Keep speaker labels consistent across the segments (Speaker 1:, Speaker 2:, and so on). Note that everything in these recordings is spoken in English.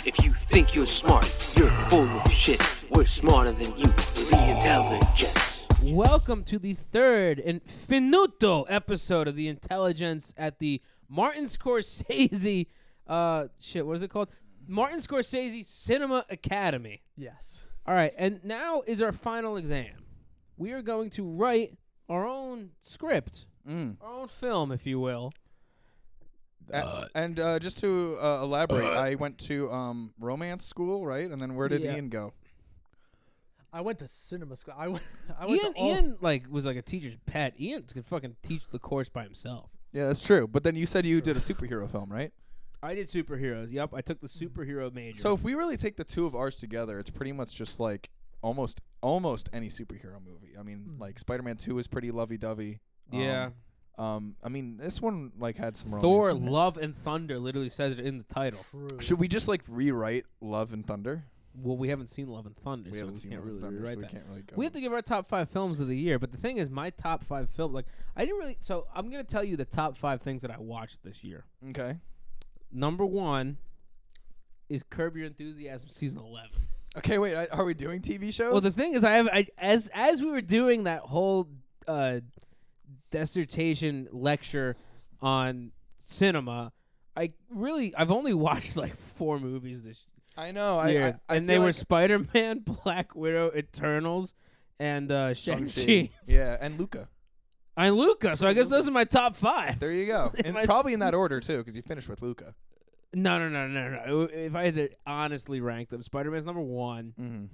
Speaker 1: think you're smart. You're full of shit. We're smarter than you. We're the intelligence.
Speaker 2: Welcome to the third and finuto episode of the Intelligence at the Martin Scorsese. Uh, shit, what is it called? Martin Scorsese Cinema Academy.
Speaker 3: Yes.
Speaker 2: All right, and now is our final exam. We are going to write our own script, our own film, if you will.
Speaker 4: A- and uh, just to uh, elaborate, I went to um, romance school, right? And then where did
Speaker 2: Yeah.
Speaker 4: Ian go?
Speaker 3: I went to cinema school. I went. I went
Speaker 2: Ian,
Speaker 3: to Oh, all.
Speaker 2: Ian, like, was like a teacher's pet. Ian could fucking teach the course by himself.
Speaker 4: Yeah, that's true. But then you said you did a superhero film, right?
Speaker 2: I did superheroes. Yep, I took the superhero major.
Speaker 4: So if we really take the two of ours together, it's pretty much just like almost almost any superhero movie. I mean, like Spider-Man 2 is pretty lovey-dovey. Um,
Speaker 2: Hmm. yeah,
Speaker 4: Um, I mean, this one like had some romance.
Speaker 2: Thor:
Speaker 4: in it.
Speaker 2: Love and Thunder literally says it in the title.
Speaker 3: True.
Speaker 4: Should we just like rewrite Love and Thunder?
Speaker 2: Well, we haven't seen Love and Thunder,
Speaker 4: We
Speaker 2: so
Speaker 4: haven't
Speaker 2: we
Speaker 4: seen
Speaker 2: can't
Speaker 4: Love
Speaker 2: really
Speaker 4: and Thunder,
Speaker 2: rewrite
Speaker 4: so we
Speaker 2: that.
Speaker 4: can't really go.
Speaker 2: We have to give our top five films of the year, but the thing is, my top five film, like I didn't really. So I'm gonna tell you the top five things that I watched this year.
Speaker 4: Okay.
Speaker 2: Number one is Curb Your Enthusiasm season eleven.
Speaker 4: Okay, wait. I, are we doing TV shows?
Speaker 2: Well, the thing is, I have I, as as we were doing that whole uh, dissertation lecture on cinema, I really I've only watched like four movies this
Speaker 4: I know. I,
Speaker 2: year,
Speaker 4: I, I
Speaker 2: and they
Speaker 4: feel
Speaker 2: were
Speaker 4: like-
Speaker 2: Spider Man, Black Widow, Eternals, and uh, Shang Chi.
Speaker 4: Yeah, and Luca.
Speaker 2: And Luca. So I guess those are my top five.
Speaker 4: There you go. And
Speaker 2: I-
Speaker 4: probably in that order too, because you finished with Luca.
Speaker 2: No, no, no, no, no. If I had to honestly rank them, Spider Man's number one.
Speaker 4: Mm-hmm.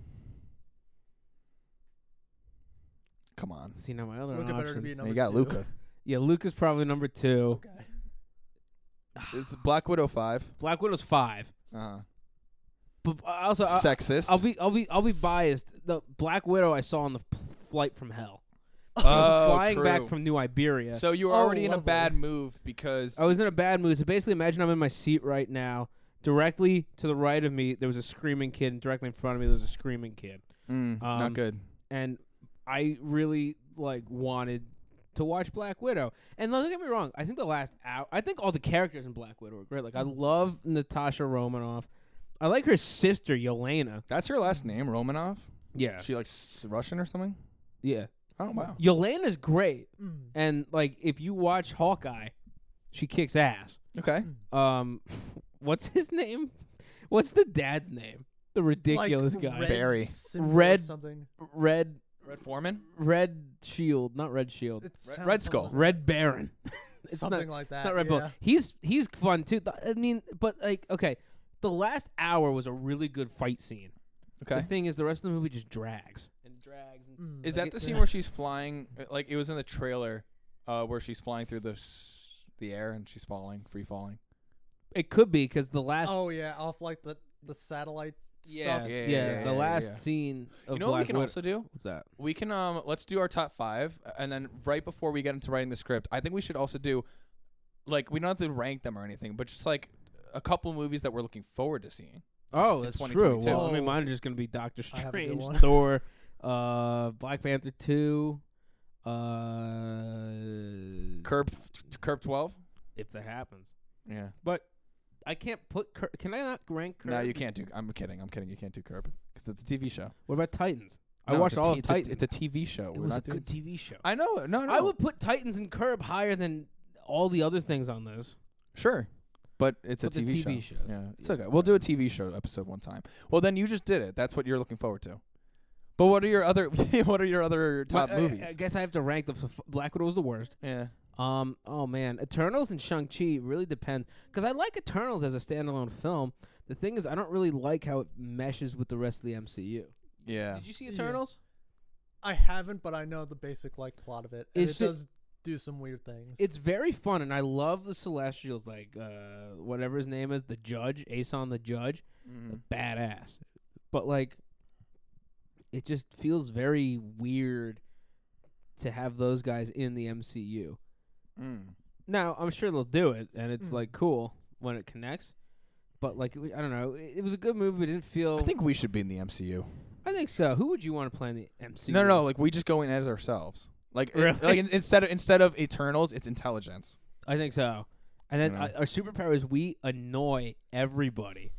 Speaker 4: Come on.
Speaker 2: See now my other
Speaker 3: Luca better to be
Speaker 2: options.
Speaker 3: number
Speaker 4: you got
Speaker 3: two.
Speaker 4: Luca.
Speaker 2: Yeah, Luca's probably number two.
Speaker 3: Okay.
Speaker 4: Is Black Widow five?
Speaker 2: Black Widow's five.
Speaker 4: Uh-huh.
Speaker 2: But I also, I-
Speaker 4: Sexist.
Speaker 2: I'll be I'll be I'll be biased. The Black Widow I saw on the p- flight from hell.
Speaker 4: oh,
Speaker 2: flying
Speaker 4: true.
Speaker 2: back from New Iberia.
Speaker 4: So you were
Speaker 3: Oh,
Speaker 4: already in a
Speaker 3: lovely.
Speaker 4: bad move because
Speaker 2: I was in a bad mood. So basically imagine I'm in my seat right now. Directly to the right of me there was a screaming kid and directly in front of me there was a screaming kid.
Speaker 4: Mm,
Speaker 2: Um,
Speaker 4: not good.
Speaker 2: And I really like wanted to watch Black Widow. And don't get me wrong, I think the last hour I think all the characters in Black Widow are great. Like I love Natasha Romanoff. I like her sister Yelena.
Speaker 4: That's her last name, Romanov.
Speaker 2: Mm. Yeah.
Speaker 4: She like s- Russian or something.
Speaker 2: Yeah.
Speaker 4: Oh wow.
Speaker 2: Yelena's great.
Speaker 3: Mm.
Speaker 2: And like if you watch Hawkeye, she kicks ass.
Speaker 4: Okay.
Speaker 2: Um what's his name? What's the dad's name? The ridiculous
Speaker 3: like
Speaker 2: guy.
Speaker 3: Red
Speaker 4: Barry.
Speaker 3: symbol or
Speaker 2: Red-
Speaker 3: something.
Speaker 2: Red
Speaker 4: Red Foreman.
Speaker 2: Red Shield, not Red Shield.
Speaker 3: It
Speaker 4: Red-
Speaker 3: sounds
Speaker 4: Red Skull.
Speaker 3: something
Speaker 2: Red Baron.
Speaker 3: like- something
Speaker 2: not,
Speaker 3: like that.
Speaker 2: it's not Red
Speaker 3: yeah.
Speaker 2: Bull. He's he's fun too. Th- I mean, but like okay, the last hour was a really good fight scene.
Speaker 4: Okay.
Speaker 2: The thing is the rest of the movie just drags and drags and
Speaker 3: Mm.
Speaker 4: Is
Speaker 2: Like
Speaker 4: that
Speaker 2: it-
Speaker 4: the scene where she's flying? uh, Like it was in the trailer, uh, where she's flying through the s- the air and she's falling, free falling.
Speaker 2: it could be cuz the last
Speaker 3: Oh yeah, off like the the satellite
Speaker 2: yeah,
Speaker 3: stuff.
Speaker 4: Yeah,
Speaker 2: yeah,
Speaker 4: yeah,
Speaker 2: the
Speaker 4: yeah,
Speaker 2: last
Speaker 4: yeah.
Speaker 2: scene of
Speaker 4: you know what we
Speaker 2: Black
Speaker 4: can
Speaker 2: Widow-
Speaker 4: also do?
Speaker 2: What's that?
Speaker 4: We can um let's do our top five, uh, and then right before we get into writing the script, I think we should also do, like we don't have to rank them or anything, but just like a couple movies that we're looking forward to seeing.
Speaker 2: Oh,
Speaker 4: in
Speaker 2: that's true.
Speaker 4: 2022.
Speaker 2: Well, I mean,
Speaker 3: Oh.
Speaker 2: mine are just gonna be Doctor
Speaker 3: I have a good
Speaker 2: Strange,
Speaker 3: one.
Speaker 2: Thor, uh, Black Panther two, uh,
Speaker 4: Curb, Curb twelve.
Speaker 2: if that happens.
Speaker 4: Yeah.
Speaker 2: But I can't put. Cur- can I not rank? Curb?
Speaker 4: No, you can't do. I'm kidding. I'm kidding. You can't do Curb because it's a TV show.
Speaker 2: What about Titans? I
Speaker 4: No,
Speaker 2: watched
Speaker 4: it's a
Speaker 2: all of
Speaker 4: t- it's a-
Speaker 2: Titans.
Speaker 4: It's a TV show.
Speaker 2: it
Speaker 4: We're
Speaker 2: was a
Speaker 4: not doing.
Speaker 2: good TV show.
Speaker 4: I know. No, no.
Speaker 2: I would put Titans and Curb higher than all the other things on this.
Speaker 4: Sure. But it's
Speaker 2: But
Speaker 4: a
Speaker 2: the
Speaker 4: TV,
Speaker 2: TV
Speaker 4: show.
Speaker 2: shows.
Speaker 4: Yeah, it's okay. We'll do a TV show episode one time. Well, then you just did it. That's what you're looking forward to. But what are your other what uh, are your other top
Speaker 2: But I-
Speaker 4: movies?
Speaker 2: I, guess I have to rank the f- Black Widow was the worst.
Speaker 4: yeah.
Speaker 2: Um. Oh man, Eternals and Shang Chi really depends because I like Eternals as a standalone film. The thing is, I don't really like how it meshes with the rest of the MCU.
Speaker 4: Yeah.
Speaker 2: Did you see
Speaker 3: Yeah.
Speaker 2: Eternals?
Speaker 3: I haven't, but I know the basic like plot of it. And
Speaker 2: It's
Speaker 3: it
Speaker 2: ju-
Speaker 3: does do some weird things.
Speaker 2: It's very fun, and I love the Celestials, like uh, whatever his name is, the Judge, Aeson the Judge,
Speaker 4: Mm-hmm. Mm.
Speaker 2: badass. But like, it just feels very weird to have those guys in the MCU.
Speaker 4: Mm.
Speaker 2: Mm-hmm. Now I'm sure they'll do it, and it's
Speaker 3: Mm.
Speaker 2: like cool when it connects. But like it w- I don't know, it, it was a good movie. But it didn't feel.
Speaker 4: I think we should be in the MCU.
Speaker 2: I think so. Who would you want to play in the MCU?
Speaker 4: No, no, no. Like we just go in as ourselves. Like, it-
Speaker 2: Really?
Speaker 4: like in, instead of instead of Eternals, it's Intelligence.
Speaker 2: I think so. And then
Speaker 4: You know.
Speaker 2: uh, our superpower is we annoy everybody.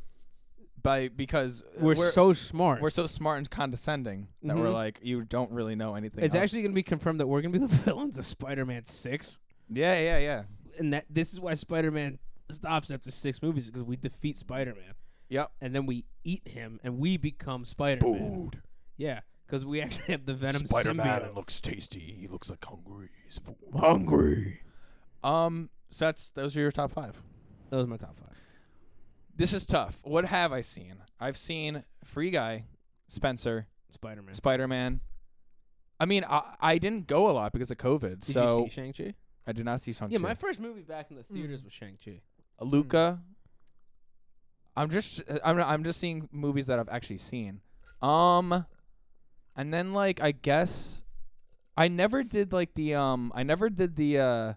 Speaker 4: by because
Speaker 2: We're, so smart.
Speaker 4: Uh, we're so smart and condescending that we're
Speaker 2: Mhm.
Speaker 4: like you don't really know anything.
Speaker 2: it's
Speaker 4: else.
Speaker 2: actually going to be confirmed that we're going to be the villains of Spider-Man Six,
Speaker 4: yeah, yeah, yeah,
Speaker 2: and that this is why Spider-Man stops after six movies because we defeat Spider-Man
Speaker 4: yep.
Speaker 2: and then we eat him and we become Spider-Man. Yeah, because we actually have the Venom symbiote.
Speaker 4: looks tasty. He looks like hungry. He's food.
Speaker 2: hungry.
Speaker 4: Um, so that's those are your top five.
Speaker 2: That was my top five.
Speaker 4: This is tough. What have I seen? I've seen Free Guy, Spencer,
Speaker 2: Spider-Man.
Speaker 4: Spider Man. I mean, I, I didn't go a lot because of
Speaker 2: Did
Speaker 4: COVID, so
Speaker 2: you see Shang Chi?
Speaker 4: I did not see Shang-Chi.
Speaker 2: Yeah, my first movie back in the theaters was Shang Chi.
Speaker 4: Luca. I'm just uh, I'm I'm just seeing movies that I've actually seen. Um and then like I guess I never did like the um I never did the uh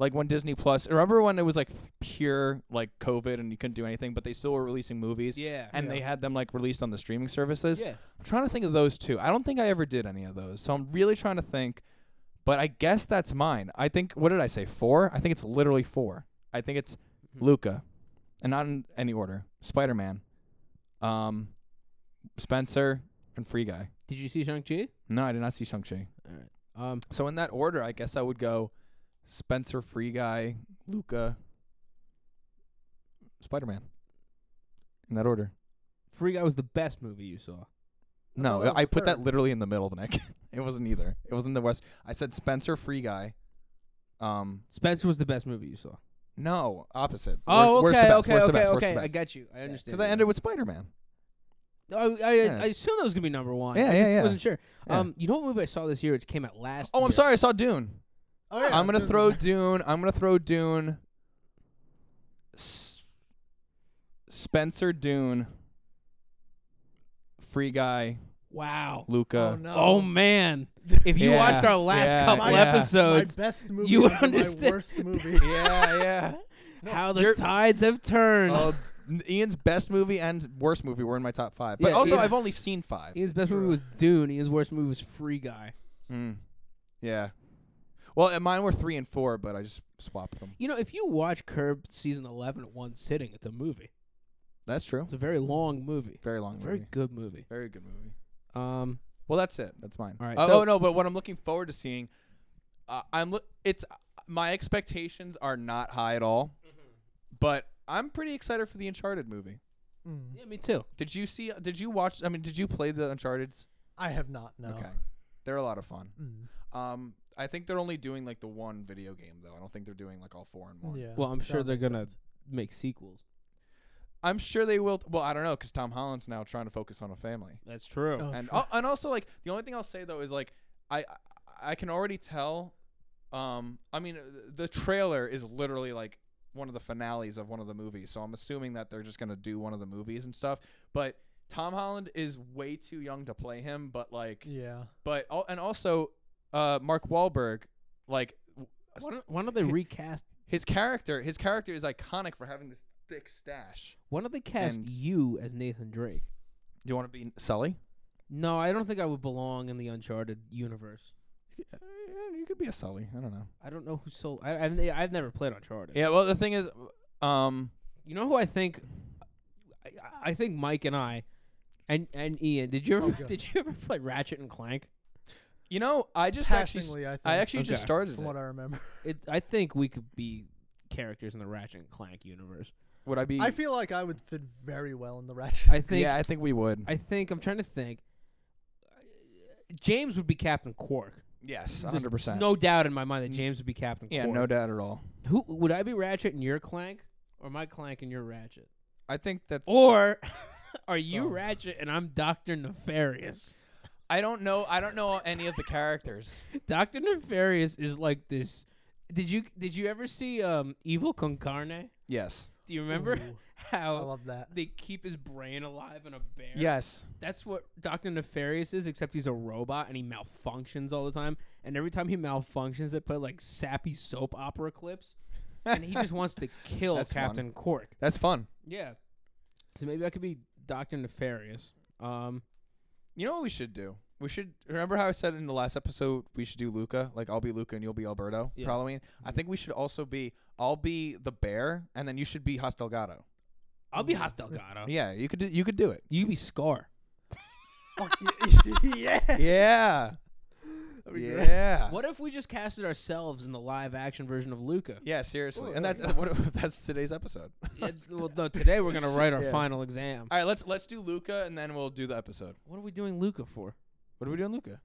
Speaker 4: like when Disney Plus remember when it was like pure like COVID and you couldn't do anything but they still were releasing movies
Speaker 2: Yeah.
Speaker 4: and they had them like released on the streaming services.
Speaker 2: yeah.
Speaker 4: I'm trying to think of those two. I don't think I ever did any of those. So I'm really trying to think. But I guess that's mine. I think what did I say? Four? I think it's literally four. I think it's
Speaker 2: Mhm.
Speaker 4: Luca. And not in any order. Spider Man. Um Spencer and Free Guy.
Speaker 2: Did you see Shang Chi?
Speaker 4: No, I did not see Shang Chi.
Speaker 2: Um,
Speaker 4: So in that order, I guess I would go Spencer, Free Guy, Luca, Spider Man. In that order.
Speaker 2: Free Guy was the best movie you saw.
Speaker 3: thought
Speaker 4: No,
Speaker 3: that was
Speaker 4: I
Speaker 3: the
Speaker 4: put that
Speaker 3: third.
Speaker 4: literally in the middle, Nick. it wasn't either. It wasn't the worst. I said Spencer Free Guy. Um,
Speaker 2: Spencer was the best movie you saw.
Speaker 4: no, opposite.
Speaker 2: Oh,
Speaker 4: Wor- worst
Speaker 2: okay,
Speaker 4: to best,
Speaker 2: okay,
Speaker 4: worst
Speaker 2: okay,
Speaker 4: to best, worst
Speaker 2: okay.
Speaker 4: to
Speaker 2: I
Speaker 4: best.
Speaker 2: got you. I understand.
Speaker 4: Because I ended with Spider Man.
Speaker 2: No, Oh, I, I, I
Speaker 4: Yes.
Speaker 2: assumed that was gonna be number one.
Speaker 4: Yeah,
Speaker 2: I
Speaker 4: yeah,
Speaker 2: just
Speaker 4: yeah.
Speaker 2: Wasn't sure.
Speaker 4: Yeah.
Speaker 2: Um, you know what movie I saw this year? It came out last.
Speaker 4: Oh, I'm
Speaker 2: year.
Speaker 4: sorry. I saw Dune.
Speaker 3: Oh, yeah,
Speaker 4: I'm gonna
Speaker 3: this
Speaker 4: throw
Speaker 3: is-
Speaker 4: Dune. I'm gonna throw Dune. S- Spencer Dune. Free Guy,
Speaker 2: Wow.
Speaker 4: Luca.
Speaker 3: Oh, no.
Speaker 2: Oh man, if you
Speaker 4: Yeah,
Speaker 2: watched our last
Speaker 4: yeah,
Speaker 2: couple
Speaker 3: yeah. my
Speaker 2: episodes,
Speaker 3: best movie.
Speaker 2: you
Speaker 3: would be
Speaker 2: understand-
Speaker 3: My worst movie.
Speaker 4: Yeah, yeah.
Speaker 2: how the
Speaker 4: You're-
Speaker 2: tides have turned.
Speaker 4: Uh, n- Ian's best movie and worst movie were in my top five, but
Speaker 2: Yeah,
Speaker 4: also
Speaker 2: Ian-
Speaker 4: I've only seen five.
Speaker 2: Ian's best movie was Dune. Ian's worst movie was Free Guy.
Speaker 4: Mm. Yeah. Well, uh, mine were three and four, but I just swapped them.
Speaker 2: You know, if you watch Curb season eleven at one sitting, it's a movie.
Speaker 4: That's true.
Speaker 2: It's a very long movie.
Speaker 4: Very long
Speaker 2: Very
Speaker 4: movie.
Speaker 2: good movie.
Speaker 4: Very good movie.
Speaker 2: Um,
Speaker 4: Well, that's it. That's mine.
Speaker 2: All right,
Speaker 4: Uh,
Speaker 2: so-
Speaker 4: oh no, but what I'm looking forward to seeing, uh, I'm look. It's my expectations are not high at all, but I'm pretty excited for the Uncharted movie.
Speaker 3: Mm.
Speaker 2: yeah, me too.
Speaker 4: Did you see? Did you watch? I mean, did you play the Uncharted's?
Speaker 3: I have not. No.
Speaker 4: Okay, they're a lot of fun.
Speaker 3: Mm.
Speaker 4: Um, I think they're only doing like the one video game though. I don't think they're doing like all four in one.
Speaker 3: Yeah.
Speaker 2: Well, I'm sure
Speaker 3: that
Speaker 2: they're
Speaker 3: makes
Speaker 2: gonna
Speaker 3: sense.
Speaker 2: make sequels.
Speaker 4: I'm sure they will. well, I don't know because Tom Holland's now trying to focus on a family.
Speaker 2: That's true.
Speaker 3: Oh,
Speaker 4: and
Speaker 3: sure.
Speaker 4: oh, and also like the only thing I'll say though is like I I- I can already tell. Um, I mean th- the trailer is literally like one of the finales of one of the movies, so I'm assuming that they're just gonna do one of the movies and stuff. But Tom Holland is way too young to play him, but like,
Speaker 2: oh,
Speaker 3: Yeah.
Speaker 4: but al- and also uh, Mark Wahlberg, like w-
Speaker 2: Why don't, why don't they recast?
Speaker 4: his character, his character is iconic for having this thick stash.
Speaker 2: Why don't they cast
Speaker 4: And-
Speaker 2: you as Nathan Drake?
Speaker 4: Do you want to be Sully?
Speaker 2: No, I don't think I would belong in the Uncharted universe.
Speaker 4: You could be a Sully. I don't know.
Speaker 2: I don't know who sold. I, I've, ne- I've never played Uncharted.
Speaker 4: Yeah. Well, the thing is, um,
Speaker 2: You know who I think? I, I think Mike and I, and and Ian. Did you ever
Speaker 3: Oh, God.
Speaker 2: did you ever play Ratchet and Clank?
Speaker 4: you know, I just actually, s-
Speaker 3: Passingly, I think.
Speaker 4: I actually
Speaker 2: Okay.
Speaker 4: just started
Speaker 3: From what
Speaker 4: it.
Speaker 3: I remember,
Speaker 2: It. I think we could be characters in the Ratchet and Clank universe.
Speaker 4: Would I be?
Speaker 3: I feel like I would fit very well in the Ratchet.
Speaker 2: I think.
Speaker 4: yeah, I think we would.
Speaker 2: I think I'm trying to think. James would be Captain Quark.
Speaker 4: yes,
Speaker 2: There's
Speaker 4: hundred percent.
Speaker 2: No doubt in my mind that James would be Captain
Speaker 4: Yeah,
Speaker 2: Quark.
Speaker 4: no doubt at all.
Speaker 2: Who would I be Ratchet and you're Clank, or my Clank and you're Ratchet?
Speaker 4: I think that's.
Speaker 2: Or are you
Speaker 3: Oh.
Speaker 2: Ratchet and I'm Doctor Nefarious?
Speaker 4: I don't know. I don't know any of the characters.
Speaker 2: Doctor Nefarious is like this. Did you did you ever see um Evil Con Carne?
Speaker 4: Yes.
Speaker 2: Do you remember Oh.
Speaker 3: Ooh, I
Speaker 2: how
Speaker 3: love that.
Speaker 2: they keep his brain alive in a bear?
Speaker 4: Yes.
Speaker 2: That's what Doctor Nefarious is, except he's a robot and he malfunctions all the time. And every time he malfunctions, they play like sappy soap opera clips, and he just wants to kill
Speaker 4: That's fun.
Speaker 2: Captain Cork.
Speaker 4: That's fun.
Speaker 2: Yeah. So maybe I could be Doctor Nefarious. Um.
Speaker 4: You know what we should do? We should remember how I said in the last episode we should do Luca. Like I'll be Luca and you'll be Alberto
Speaker 2: Yeah.
Speaker 4: for Halloween. I think we should also be I'll be the bear and then you should be Hostelgato.
Speaker 2: I'll be hostile Delgado.
Speaker 4: Yeah, you could do, you could do it.
Speaker 2: You be Scar.
Speaker 3: Fuck yeah. yeah.
Speaker 4: Yeah.
Speaker 3: That'd be great.
Speaker 4: yeah.
Speaker 2: What if we just casted ourselves in the live action version of Luca?
Speaker 4: Yeah, seriously.
Speaker 3: Ooh,
Speaker 4: And that's what, that's today's episode.
Speaker 2: It's- well, no, today we're gonna write our
Speaker 3: Yeah.
Speaker 2: final exam.
Speaker 4: All right, let's let's do Luca and then we'll do the episode.
Speaker 2: What are we doing Luca for?
Speaker 4: What are we doing, Luca?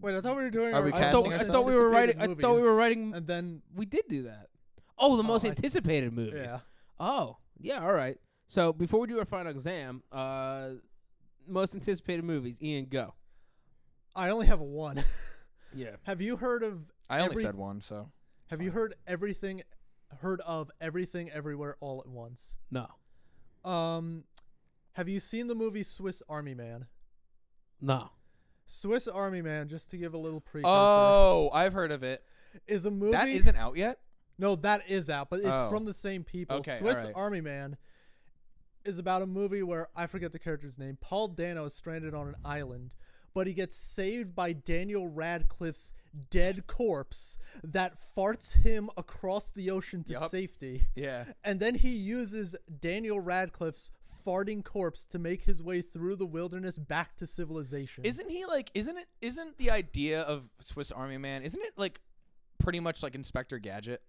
Speaker 3: Wait, I thought we were doing.
Speaker 4: Are
Speaker 3: our
Speaker 4: we
Speaker 2: I
Speaker 3: own
Speaker 2: thought,
Speaker 4: casting
Speaker 2: I
Speaker 3: most
Speaker 4: ourselves?
Speaker 2: thought we were writing.
Speaker 3: anticipated
Speaker 2: I thought we were
Speaker 3: movies,
Speaker 2: writing.
Speaker 3: And then
Speaker 2: We did do that. Oh, the most
Speaker 3: I-
Speaker 2: anticipated movies.
Speaker 3: yeah,
Speaker 2: Oh, yeah. All right. So before we do our final exam, uh, most anticipated movies. Ian, go.
Speaker 3: I only have one.
Speaker 2: Yeah.
Speaker 3: have you heard of?
Speaker 4: I only
Speaker 3: every-
Speaker 4: said one, so
Speaker 3: Have you heard everything? Heard of everything, everywhere, all at once?
Speaker 2: No.
Speaker 3: Um, have you seen the movie Swiss Army Man?
Speaker 2: No.
Speaker 3: Swiss Army Man, just to give a little precursor,
Speaker 4: Oh, I've heard of it.
Speaker 3: is a movie.
Speaker 4: That isn't out yet?
Speaker 3: No, that is out, but it's
Speaker 4: Oh.
Speaker 3: from the same people.
Speaker 4: Okay,
Speaker 3: Swiss
Speaker 4: alright.
Speaker 3: Army Man is about a movie where I forget the character's name. Paul Dano is stranded on an island, but he gets saved by Daniel Radcliffe's dead corpse that farts him across the ocean to
Speaker 4: Yup.
Speaker 3: safety.
Speaker 4: Yeah.
Speaker 3: And then he uses Daniel Radcliffe's farting corpse to make his way through the wilderness back to civilization.
Speaker 4: Isn't he like isn't it isn't the idea of Swiss Army Man, isn't it like pretty much like Inspector Gadget?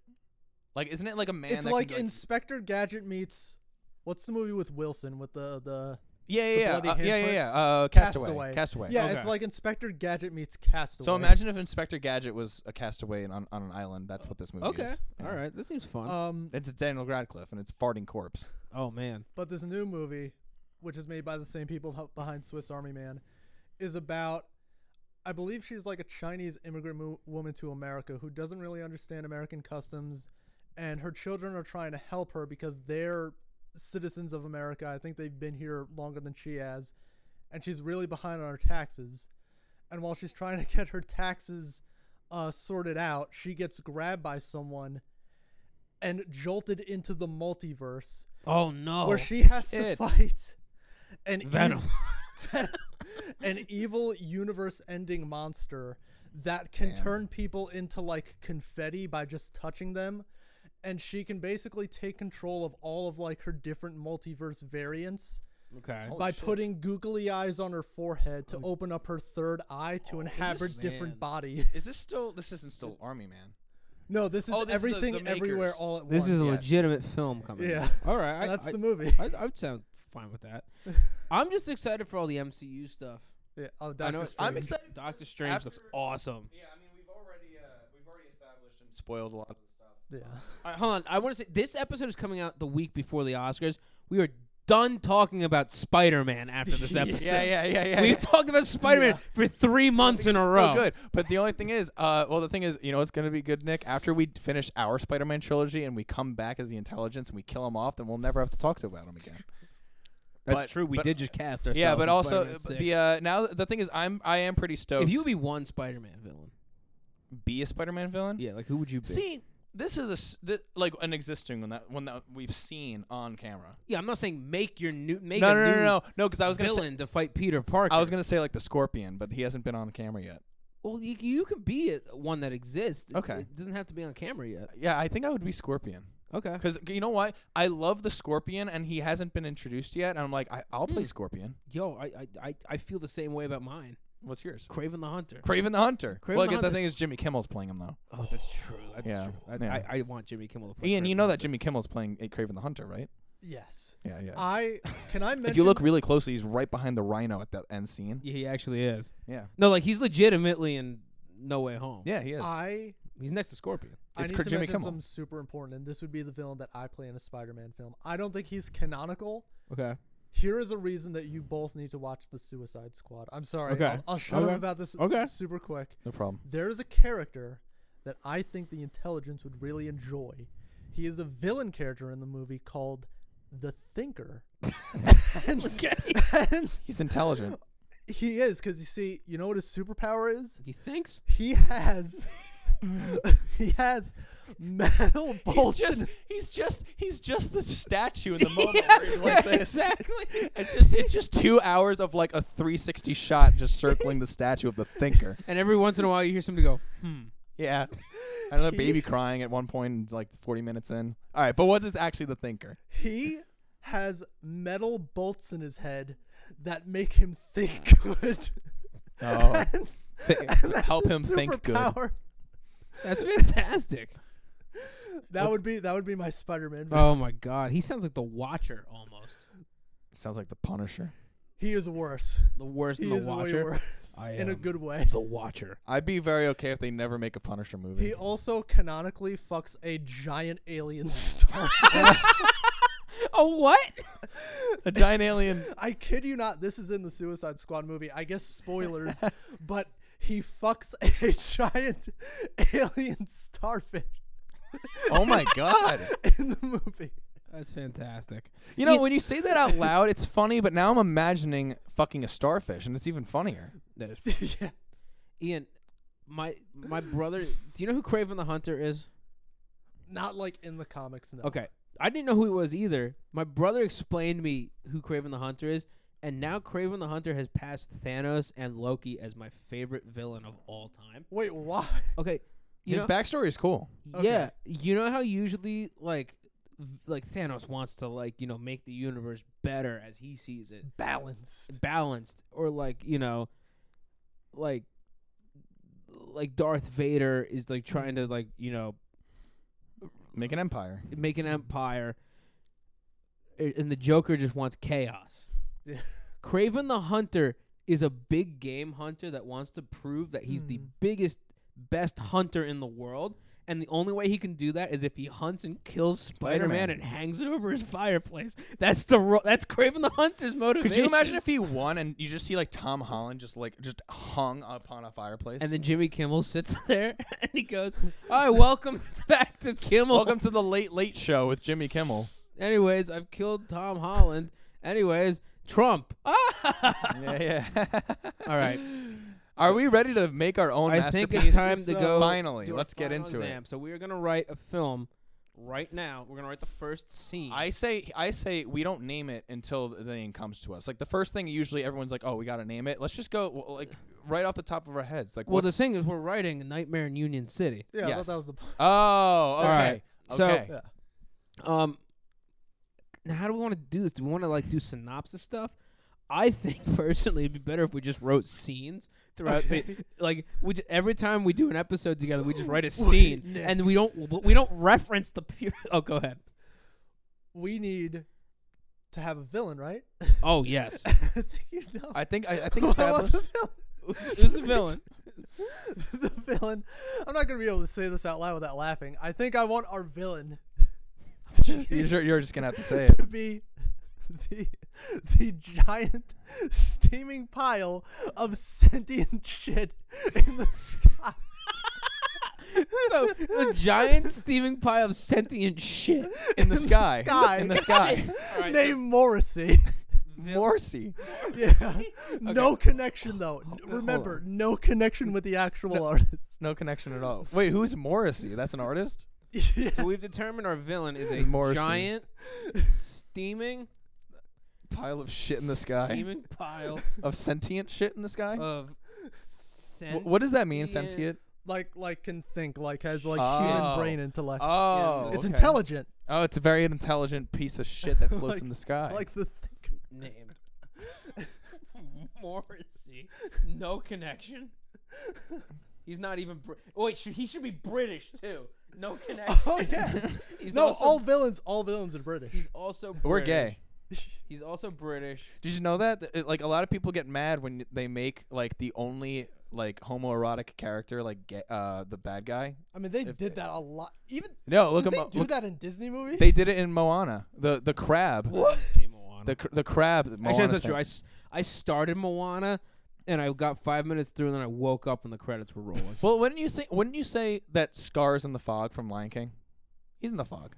Speaker 4: Like isn't it like a man
Speaker 3: it's
Speaker 4: that
Speaker 3: like,
Speaker 4: can, be,
Speaker 3: Inspector Gadget meets what's the movie with Wilson with the the
Speaker 4: Yeah, yeah,
Speaker 3: bloody
Speaker 4: yeah. Uh, yeah, yeah,
Speaker 3: handprint?
Speaker 4: yeah. Uh,
Speaker 3: Castaway.
Speaker 4: Castaway. Castaway.
Speaker 3: Yeah,
Speaker 2: Okay.
Speaker 3: it's like Inspector Gadget meets Castaway.
Speaker 4: So imagine if Inspector Gadget was a castaway on, on an island. That's what this movie
Speaker 2: Okay.
Speaker 4: is. Yeah.
Speaker 2: All right. That seems fun.
Speaker 3: Um,
Speaker 4: It's Daniel Radcliffe and it's farting corpse.
Speaker 2: Uh, oh man.
Speaker 3: but this new movie, which is made by the same people beh- behind Swiss Army Man, is about. I believe she's like a Chinese immigrant mo- woman to America who doesn't really understand American customs, and her children are trying to help her because they're citizens of America. I think they've been here longer than she has, and she's really behind on her taxes. And while she's trying to get her taxes uh, sorted out, she gets grabbed by someone and jolted into the multiverse
Speaker 2: Oh no.
Speaker 3: where she has
Speaker 4: shit.
Speaker 3: to fight an
Speaker 2: Venom.
Speaker 3: ev- an evil universe-ending monster that can
Speaker 4: Damn.
Speaker 3: turn people into like confetti by just touching them and she can basically take control of all of like her different multiverse variants
Speaker 2: okay.
Speaker 4: Holy
Speaker 3: by
Speaker 4: shit.
Speaker 3: putting googly eyes on her forehead to open up her third eye to inhabit different
Speaker 2: man.
Speaker 3: bodies.
Speaker 4: Is this still? This isn't still Army Man.
Speaker 3: No, this is
Speaker 4: Oh, this is the- the
Speaker 3: everything everywhere
Speaker 4: makers.
Speaker 3: all at
Speaker 2: This
Speaker 3: once.
Speaker 2: is a
Speaker 4: yes.
Speaker 2: legitimate film coming.
Speaker 3: Yeah.
Speaker 2: out. All right. I,
Speaker 3: That's
Speaker 2: I,
Speaker 3: the movie.
Speaker 2: I, I would sound fine with that. I'm just excited for all the MCU stuff.
Speaker 3: yeah, oh,
Speaker 2: I
Speaker 3: Doctor
Speaker 2: know- I'm
Speaker 3: Strange.
Speaker 4: excited.
Speaker 2: Doctor Strange looks
Speaker 4: After-
Speaker 2: awesome.
Speaker 4: Yeah, I mean we've already uh, we've already established and spoiled a lot of the stuff.
Speaker 3: Yeah.
Speaker 2: All right, hold on. I want to say this episode is coming out the week before the Oscars. We are done talking about Spider Man after this
Speaker 3: Yeah.
Speaker 2: episode.
Speaker 4: Yeah, yeah, yeah, yeah.
Speaker 2: We've
Speaker 4: yeah.
Speaker 2: talked about Spider Man for three months in a row.
Speaker 4: Oh, good. But the only thing is, uh, well, the thing is, you know, it's gonna be good, Nick. After we finish our Spider-Man trilogy and we come back as the Intelligence and we kill him off, then we'll never have to talk to about him again.
Speaker 2: That's
Speaker 4: But-
Speaker 2: true. We
Speaker 4: but-
Speaker 2: did just cast ourselves.
Speaker 4: yeah, but
Speaker 2: in
Speaker 4: also
Speaker 2: Spider-Man
Speaker 4: uh,
Speaker 2: 6.
Speaker 4: the uh, now the thing is, I'm I am pretty stoked.
Speaker 2: if you would be one Spider Man villain,
Speaker 4: be a Spider-Man villain,
Speaker 2: yeah, like who would you be?
Speaker 4: See, this is a s- th- like an existing one that one that we've seen on camera.
Speaker 2: yeah, I'm not saying make your new make
Speaker 4: No,
Speaker 2: a
Speaker 4: no, no,
Speaker 2: new
Speaker 4: no, no, no. Because I was gonna say,
Speaker 2: villain to fight Peter Parker.
Speaker 4: I was gonna say like the Scorpion, but he hasn't been on camera yet.
Speaker 2: Well, you, you can be a, one that exists. It-
Speaker 4: Okay.
Speaker 2: it doesn't have to be on camera yet.
Speaker 4: Yeah, I think I would be Scorpion
Speaker 2: Okay.
Speaker 4: because you know why? I love the Scorpion, and he hasn't been introduced yet. And I'm like, I- I'll play Scorpion.
Speaker 2: Yo, I, I I I feel the same way about mine.
Speaker 4: What's yours?
Speaker 2: Craven the Hunter.
Speaker 4: Craven the Hunter.
Speaker 2: Kraven
Speaker 4: well,
Speaker 2: the
Speaker 4: I get that
Speaker 2: Hunter.
Speaker 4: thing is Jimmy Kimmel's playing him though.
Speaker 2: Oh, that's true. That's
Speaker 4: Yeah,
Speaker 2: true. I,
Speaker 4: yeah.
Speaker 2: I, I want Jimmy Kimmel to play.
Speaker 4: Ian,
Speaker 2: Craven
Speaker 4: you know
Speaker 2: the
Speaker 4: that Jimmy Kimmel's playing eh, Craven the Hunter, right?
Speaker 3: Yes.
Speaker 4: Yeah, yeah.
Speaker 3: I can I mention
Speaker 4: Uh, if you look really closely, he's right behind the Rhino at that end scene.
Speaker 2: Hunter. Yeah, he actually is.
Speaker 4: Yeah,
Speaker 2: No, like he's legitimately in No Way Home.
Speaker 4: yeah, he is.
Speaker 3: I
Speaker 2: He's next to Scorpion.
Speaker 3: I
Speaker 4: It's
Speaker 3: need
Speaker 4: Cr-
Speaker 3: to
Speaker 4: Jimmy
Speaker 3: mention
Speaker 4: Kimmel.
Speaker 3: something super important, and this would be the villain that I play in a Spider-Man film. I don't think he's canonical.
Speaker 2: Okay.
Speaker 3: Here is a reason that you both need to watch the Suicide Squad. I'm sorry,
Speaker 2: Okay.
Speaker 3: I'll, I'll shut
Speaker 2: Okay.
Speaker 3: up about this
Speaker 2: Okay.
Speaker 3: super quick.
Speaker 4: no problem.
Speaker 3: There is a character that I think the intelligence would really enjoy. He is a villain character in the movie called the Thinker. and, and
Speaker 4: He's intelligent.
Speaker 3: he is because you see, you know what his superpower is?
Speaker 2: He thinks
Speaker 3: He has. he has metal bolts.
Speaker 4: He's
Speaker 3: in
Speaker 4: just he's just he's just the statue in the moment where he's like this.
Speaker 2: exactly.
Speaker 4: It's just it's just two hours of like a 360 shot just circling the statue of the thinker.
Speaker 2: And every once in a while, you hear somebody go, "Hmm."
Speaker 4: Yeah. Another
Speaker 3: He-
Speaker 4: baby crying at one point, like 40 minutes in. All right, but what is actually the thinker?
Speaker 3: He has metal bolts in his head that make him think good.
Speaker 4: Oh.
Speaker 3: And-
Speaker 4: Th-
Speaker 3: and that's
Speaker 4: help
Speaker 3: his
Speaker 4: him think good.
Speaker 3: superpower.
Speaker 2: That's fantastic.
Speaker 3: That would be that would be my Spider-Man.
Speaker 4: Uh,
Speaker 2: oh my god, he sounds like the Watcher almost.
Speaker 4: Sounds like the Punisher.
Speaker 3: He is worse.
Speaker 2: The worst
Speaker 3: He
Speaker 2: than
Speaker 3: is
Speaker 2: the
Speaker 3: way
Speaker 2: Watcher.
Speaker 3: worse
Speaker 2: I
Speaker 3: in a
Speaker 2: am.
Speaker 3: good way.
Speaker 2: The Watcher.
Speaker 4: I'd be very okay if they never make a Punisher movie.
Speaker 3: He also canonically fucks a giant alien star.
Speaker 2: Oh what?
Speaker 4: a giant alien.
Speaker 3: I kid you not, this is in the Suicide Squad movie. I guess spoilers, but he fucks a giant alien starfish
Speaker 4: Oh my god.
Speaker 3: in the movie.
Speaker 2: That's fantastic.
Speaker 4: You know, when you say that out loud, it's funny, but now I'm imagining fucking a starfish and it's even funnier.
Speaker 2: That is
Speaker 3: yeah.
Speaker 2: Ian. My my brother. Do you know who Craven the Hunter is?
Speaker 3: Not like in the comics, no.
Speaker 2: Okay, I didn't know who he was either. My brother explained to me who Craven the Hunter is, and now Craven the Hunter has passed Thanos and Loki as my favorite villain of all time.
Speaker 3: Wait, why?
Speaker 2: Okay, you
Speaker 4: His
Speaker 2: know,
Speaker 4: backstory is cool.
Speaker 3: Okay.
Speaker 2: Yeah, you know how usually like v- like Thanos wants to like you know make the universe better as he sees it,
Speaker 3: Balanced.
Speaker 2: balanced, or like you know, like like Darth Vader is like trying to like you know
Speaker 4: Make an empire.
Speaker 2: make an empire, a- and the Joker just wants chaos.
Speaker 3: Yeah.
Speaker 2: Craven the Hunter is a big game hunter that wants to prove that he's
Speaker 4: Hmm.
Speaker 2: the biggest, best hunter in the world. And the only way he can do that is if he hunts and kills Spider Man
Speaker 4: Spider-Man.
Speaker 2: and hangs it over his fireplace. That's the ro- that's Craven the Hunter's motivation.
Speaker 4: Could you imagine if he won and you just see like Tom Holland just like just hung upon a fireplace?
Speaker 2: And then Jimmy Kimmel sits there and he goes, "All right, welcome back to Kimmel.
Speaker 4: Welcome to the Late Late Show with Jimmy Kimmel.
Speaker 2: Anyways, I've killed Tom Holland. Anyways, Trump. Ah!
Speaker 4: yeah, yeah.
Speaker 2: All right.
Speaker 4: Are we ready to make our own
Speaker 2: I think
Speaker 4: masterpiece?
Speaker 2: it's time to
Speaker 3: So-
Speaker 2: go.
Speaker 4: Finally,
Speaker 2: uh, do our
Speaker 4: let's get
Speaker 2: final
Speaker 4: into it.
Speaker 2: exam. So we are gonna write a film right now. We're gonna write the first scene.
Speaker 4: I say, I say, we don't name it until the name comes to us. Like the first thing, usually everyone's like, "Oh, we gotta name it." Let's just go well, like right off the top of our heads. Like,
Speaker 2: well, the
Speaker 4: what's-
Speaker 2: thing is, we're writing Nightmare in Union City.
Speaker 3: Yeah, I thought
Speaker 4: Yes.
Speaker 3: that was the point.
Speaker 4: Oh, okay.
Speaker 2: right. So-
Speaker 4: okay.
Speaker 3: Yeah.
Speaker 2: Um, now how do we want to do this? Do we want to like do synopsis stuff? I think personally, it'd be better if we just wrote scenes throughout.
Speaker 3: Okay.
Speaker 2: The, like, we, j- every time we do an episode together, we just write a scene,
Speaker 3: Nick.
Speaker 2: and we don't we don't reference the pure. Oh, go ahead.
Speaker 3: We need to have a villain, right?
Speaker 2: Oh yes,
Speaker 3: I think you know.
Speaker 4: I think I, I think
Speaker 3: I want
Speaker 4: established.
Speaker 3: the villain.
Speaker 2: this is a villain.
Speaker 3: the villain. I'm not gonna be able to say this out loud without laughing. I think I want our villain
Speaker 4: you're, sure- you're just gonna have to say it.
Speaker 3: to be the the giant steaming pile of sentient shit in the sky.
Speaker 2: So the giant steaming pile of sentient shit.
Speaker 4: In the sky.
Speaker 3: sky.
Speaker 4: In the sky.
Speaker 2: All right,
Speaker 3: Named Morrissey.
Speaker 4: Morsi.
Speaker 3: yeah. No connection though. N- Remember, no connection with the actual artist.
Speaker 4: No connection at all. Wait, who's Morrissey? That's an artist?
Speaker 3: yeah.
Speaker 2: So we've determined our villain is a
Speaker 4: Morrissey.
Speaker 2: giant steaming
Speaker 4: Pile of shit in the sky.
Speaker 2: steaming pile
Speaker 4: Of sentient shit in the sky?
Speaker 3: Uh,
Speaker 2: of
Speaker 4: Wh-
Speaker 2: sentient.
Speaker 4: what does that mean, sentient?
Speaker 3: Like like can think, like has like
Speaker 4: Oh.
Speaker 3: human brain intellect.
Speaker 4: Oh.
Speaker 3: it's
Speaker 4: okay.
Speaker 3: intelligent.
Speaker 4: Oh, it's a very intelligent piece of shit that floats
Speaker 3: Like-
Speaker 4: in the sky.
Speaker 3: Like the think-
Speaker 2: named Morrissey? No connection. He's not even. Br- oh, wait, should, he should be British too. No connection.
Speaker 3: Oh yeah.
Speaker 2: He's
Speaker 3: no,
Speaker 2: also,
Speaker 3: all villains all villains are British.
Speaker 2: He's also. British.
Speaker 4: We're gay.
Speaker 2: He's also British.
Speaker 4: Did you know that? Th- it- like a lot of people get mad when they make like the only like homoerotic character like ga uh the bad guy.
Speaker 3: I mean, they
Speaker 4: If
Speaker 3: did
Speaker 4: they-
Speaker 3: that a lot. Even
Speaker 4: No, look
Speaker 3: did
Speaker 4: at
Speaker 3: they
Speaker 4: Mo-
Speaker 3: do
Speaker 4: look-
Speaker 3: that in Disney movies.
Speaker 4: they did it in Moana. The the crab.
Speaker 3: what?
Speaker 4: The cr- the crab.
Speaker 2: Actually,
Speaker 4: Moana's
Speaker 2: that's not true.
Speaker 4: fan-
Speaker 2: I, s- I started Moana, and I got five minutes through, and then I woke up and the credits were rolling.
Speaker 4: Well, wouldn't you say wouldn't you say that Scar's in the fog from Lion King? He's in the fog.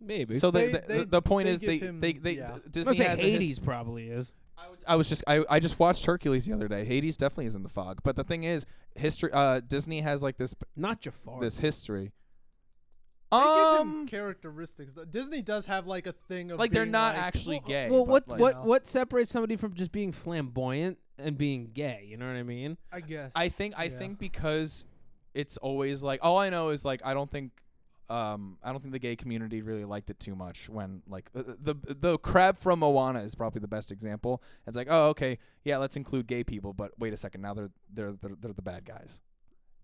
Speaker 2: Maybe.
Speaker 4: So
Speaker 3: They-
Speaker 4: the, the,
Speaker 3: they-
Speaker 4: the point
Speaker 3: they
Speaker 4: is
Speaker 3: give
Speaker 4: they,
Speaker 3: him-
Speaker 4: they they
Speaker 3: yeah.
Speaker 2: I'm gonna
Speaker 4: Disney
Speaker 2: say
Speaker 4: has a his-
Speaker 2: Hades probably is.
Speaker 4: I was, I was just I, I just watched Hercules the other day. Hades definitely is in the fog. But the thing is, history uh Disney has like this
Speaker 2: Not Jafar.
Speaker 4: this history.
Speaker 3: They give him
Speaker 4: Um
Speaker 3: characteristics. though. Disney does have like a thing of
Speaker 4: like they're
Speaker 3: being
Speaker 4: not
Speaker 3: like-
Speaker 4: actually gay.
Speaker 2: well,
Speaker 4: but,
Speaker 2: what
Speaker 4: like-
Speaker 2: what
Speaker 3: No.
Speaker 2: what separates somebody from just being flamboyant and being gay? You know what I mean?
Speaker 3: I guess.
Speaker 4: I think I
Speaker 3: Yeah.
Speaker 4: think because it's always like all I know is like I don't think um, I don't think the gay community really liked it too much. When like uh, the the crab from Moana is probably the best example. It's like, oh, okay, yeah, let's include gay people, but wait a second, now they're they're they're, they're the bad guys.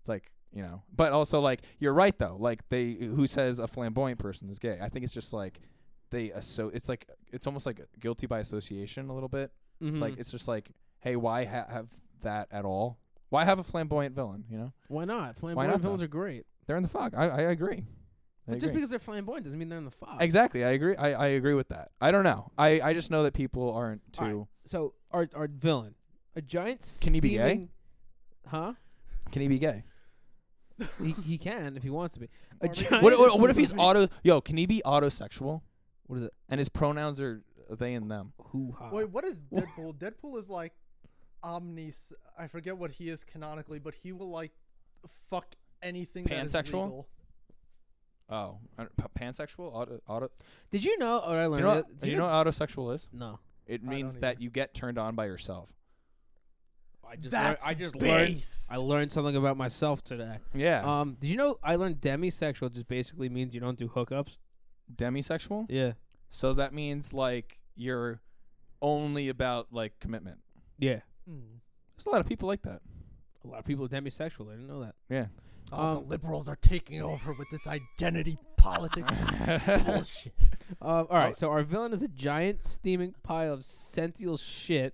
Speaker 4: It's like you know, but also like you're right though. Like they who says a flamboyant person is gay? I think it's just like they asso- It's like it's almost like guilty by association a little bit. It's like
Speaker 3: Mm-hmm.
Speaker 2: Mhm.
Speaker 4: it's just like, hey, why ha- have that at all? Why have a flamboyant villain? You know,
Speaker 2: why not? Flamboyant
Speaker 4: not,
Speaker 2: villains
Speaker 4: though?
Speaker 2: are great.
Speaker 4: they're in the fog. I I agree. I
Speaker 2: But just
Speaker 4: agree.
Speaker 2: because they're flamboyant doesn't mean they're in the fog.
Speaker 4: Exactly, I agree. I, I agree with that. I don't know. I, I just know that people aren't
Speaker 2: All right.
Speaker 4: too.
Speaker 2: So our our villain, a giant.
Speaker 4: Can he be gay?
Speaker 2: steaming- Huh?
Speaker 4: Can he be gay?
Speaker 2: he, he can if he wants to be. A
Speaker 3: Are we-
Speaker 2: giant.
Speaker 4: What, what, what if
Speaker 3: This
Speaker 4: he's
Speaker 3: is-
Speaker 4: auto? Yo, can he be autosexual?
Speaker 2: what is it?
Speaker 4: And his pronouns are they and them.
Speaker 2: Hoo ha.
Speaker 3: Wait, what is Deadpool? Deadpool is like omnis. I forget what he is canonically, but he will like fuck anything. That is
Speaker 4: Pansexual?
Speaker 3: legal.
Speaker 4: Oh, I don't- p- pansexual. Auto. auto
Speaker 2: Did you know what I learned?
Speaker 4: do you know? What,
Speaker 2: Did
Speaker 4: do you know what autosexual is?
Speaker 2: No.
Speaker 4: It
Speaker 3: don't
Speaker 4: means
Speaker 3: either.
Speaker 4: that you get turned on by yourself.
Speaker 2: I just
Speaker 3: That's
Speaker 2: learned, I just
Speaker 3: base.
Speaker 2: learned I learned something about myself today.
Speaker 4: Yeah.
Speaker 2: Um, did you know I learned demisexual just basically means you don't do hookups?
Speaker 4: Demisexual.
Speaker 2: Yeah.
Speaker 4: So that means like you're only about like commitment.
Speaker 2: Yeah.
Speaker 3: Mm.
Speaker 4: There's a lot of people like that.
Speaker 2: A lot of people are demisexual. I didn't know that.
Speaker 4: Yeah.
Speaker 3: Oh,
Speaker 2: Um,
Speaker 3: the liberals are taking over with this identity politics bullshit.
Speaker 2: Um, all
Speaker 4: Oh.
Speaker 2: right. So our villain is a giant steaming pile of sentient shit,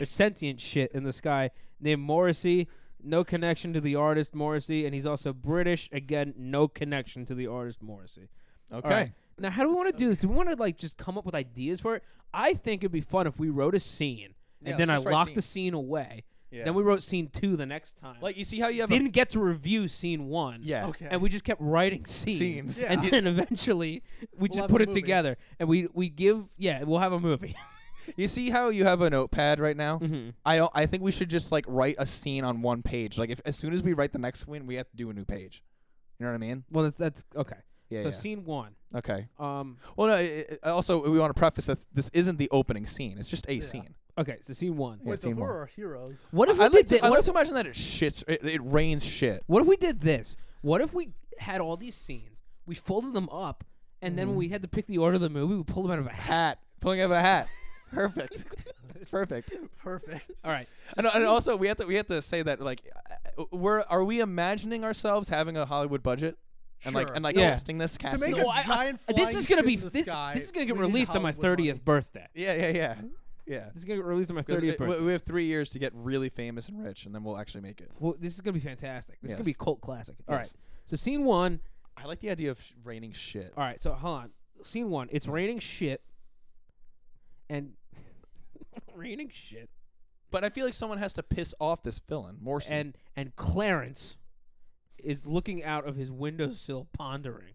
Speaker 2: or sentient shit in the sky named Morrissey. No connection to the artist Morrissey, and he's also British. Again, no connection to the artist Morrissey.
Speaker 4: okay.
Speaker 2: All right. Now, how do we want to do this? Do we want to like just come up with ideas for it? I think it'd be fun if we wrote a scene and
Speaker 4: Yeah,
Speaker 2: then I
Speaker 4: let's just write
Speaker 2: locked the scene away.
Speaker 4: Yeah.
Speaker 2: Then we wrote scene two the next time.
Speaker 4: Like you see how you have a-
Speaker 2: didn't get to review scene one.
Speaker 4: yeah.
Speaker 3: Okay.
Speaker 2: And we just kept writing scenes,
Speaker 4: Scenes.
Speaker 2: and
Speaker 3: Yeah.
Speaker 2: then eventually we
Speaker 3: have
Speaker 2: just
Speaker 3: a
Speaker 2: put it
Speaker 3: movie.
Speaker 2: together, and we we give yeah we'll have a movie.
Speaker 4: You see how you have a notepad right now?
Speaker 2: Mhm.
Speaker 4: I don't. I think we should just like write a scene on one page. Like if as soon as we write the next one, we have to do a new page. You know what I mean?
Speaker 2: well, that's that's okay.
Speaker 4: Yeah.
Speaker 2: so
Speaker 4: yeah.
Speaker 2: scene one.
Speaker 4: okay.
Speaker 2: Um.
Speaker 4: Well, no. i i also, we want to preface that this isn't the opening scene. It's just a scene.
Speaker 2: Okay. So scene one.
Speaker 4: Yeah,
Speaker 3: Wait, so
Speaker 4: same
Speaker 3: who
Speaker 4: one.
Speaker 3: are our heroes?
Speaker 2: What if
Speaker 4: I
Speaker 2: we
Speaker 4: I'd like
Speaker 2: did
Speaker 4: to, I
Speaker 2: thi- what,
Speaker 4: like
Speaker 2: if,
Speaker 4: to imagine that it shits. It, it rains shit.
Speaker 2: what if we did this? What if we had all these scenes, we folded them up, and then
Speaker 3: Mm.
Speaker 2: when we had to pick the order of the movie, we pulled them out of a hat.
Speaker 4: Hat pulling out of a hat. Perfect. Perfect.
Speaker 3: Perfect.
Speaker 2: All right.
Speaker 4: And, and also, we have to we have to say that like, uh, we're are we imagining ourselves having a Hollywood budget and like
Speaker 3: Sure.
Speaker 4: and like
Speaker 2: Yeah.
Speaker 4: casting this
Speaker 3: To
Speaker 4: casting?
Speaker 3: make
Speaker 2: No,
Speaker 3: a
Speaker 2: I- I-
Speaker 3: giant
Speaker 2: this is gonna
Speaker 3: going to
Speaker 2: be
Speaker 3: the
Speaker 2: this,
Speaker 3: sky,
Speaker 2: this is gonna get
Speaker 3: we need
Speaker 2: released on my
Speaker 3: Hollywood money.
Speaker 2: thirtieth birthday.
Speaker 4: yeah, yeah, yeah, yeah.
Speaker 2: This is gonna get released on my
Speaker 4: 'Cause
Speaker 2: thirtieth
Speaker 4: we-
Speaker 2: birthday.
Speaker 4: we have three years to get really famous and rich, and then we'll actually make it.
Speaker 2: Well, this is gonna be fantastic. This is gonna
Speaker 4: Yes.
Speaker 2: be a cult classic. All right.
Speaker 4: Yes.
Speaker 2: So scene one.
Speaker 4: I like the idea of sh- raining shit.
Speaker 2: All right. So hold on. Scene one. It's raining shit. And raining shit.
Speaker 4: But I feel like someone has to piss off this villain, Morrison.
Speaker 2: And and Clarence is looking out of his windowsill pondering.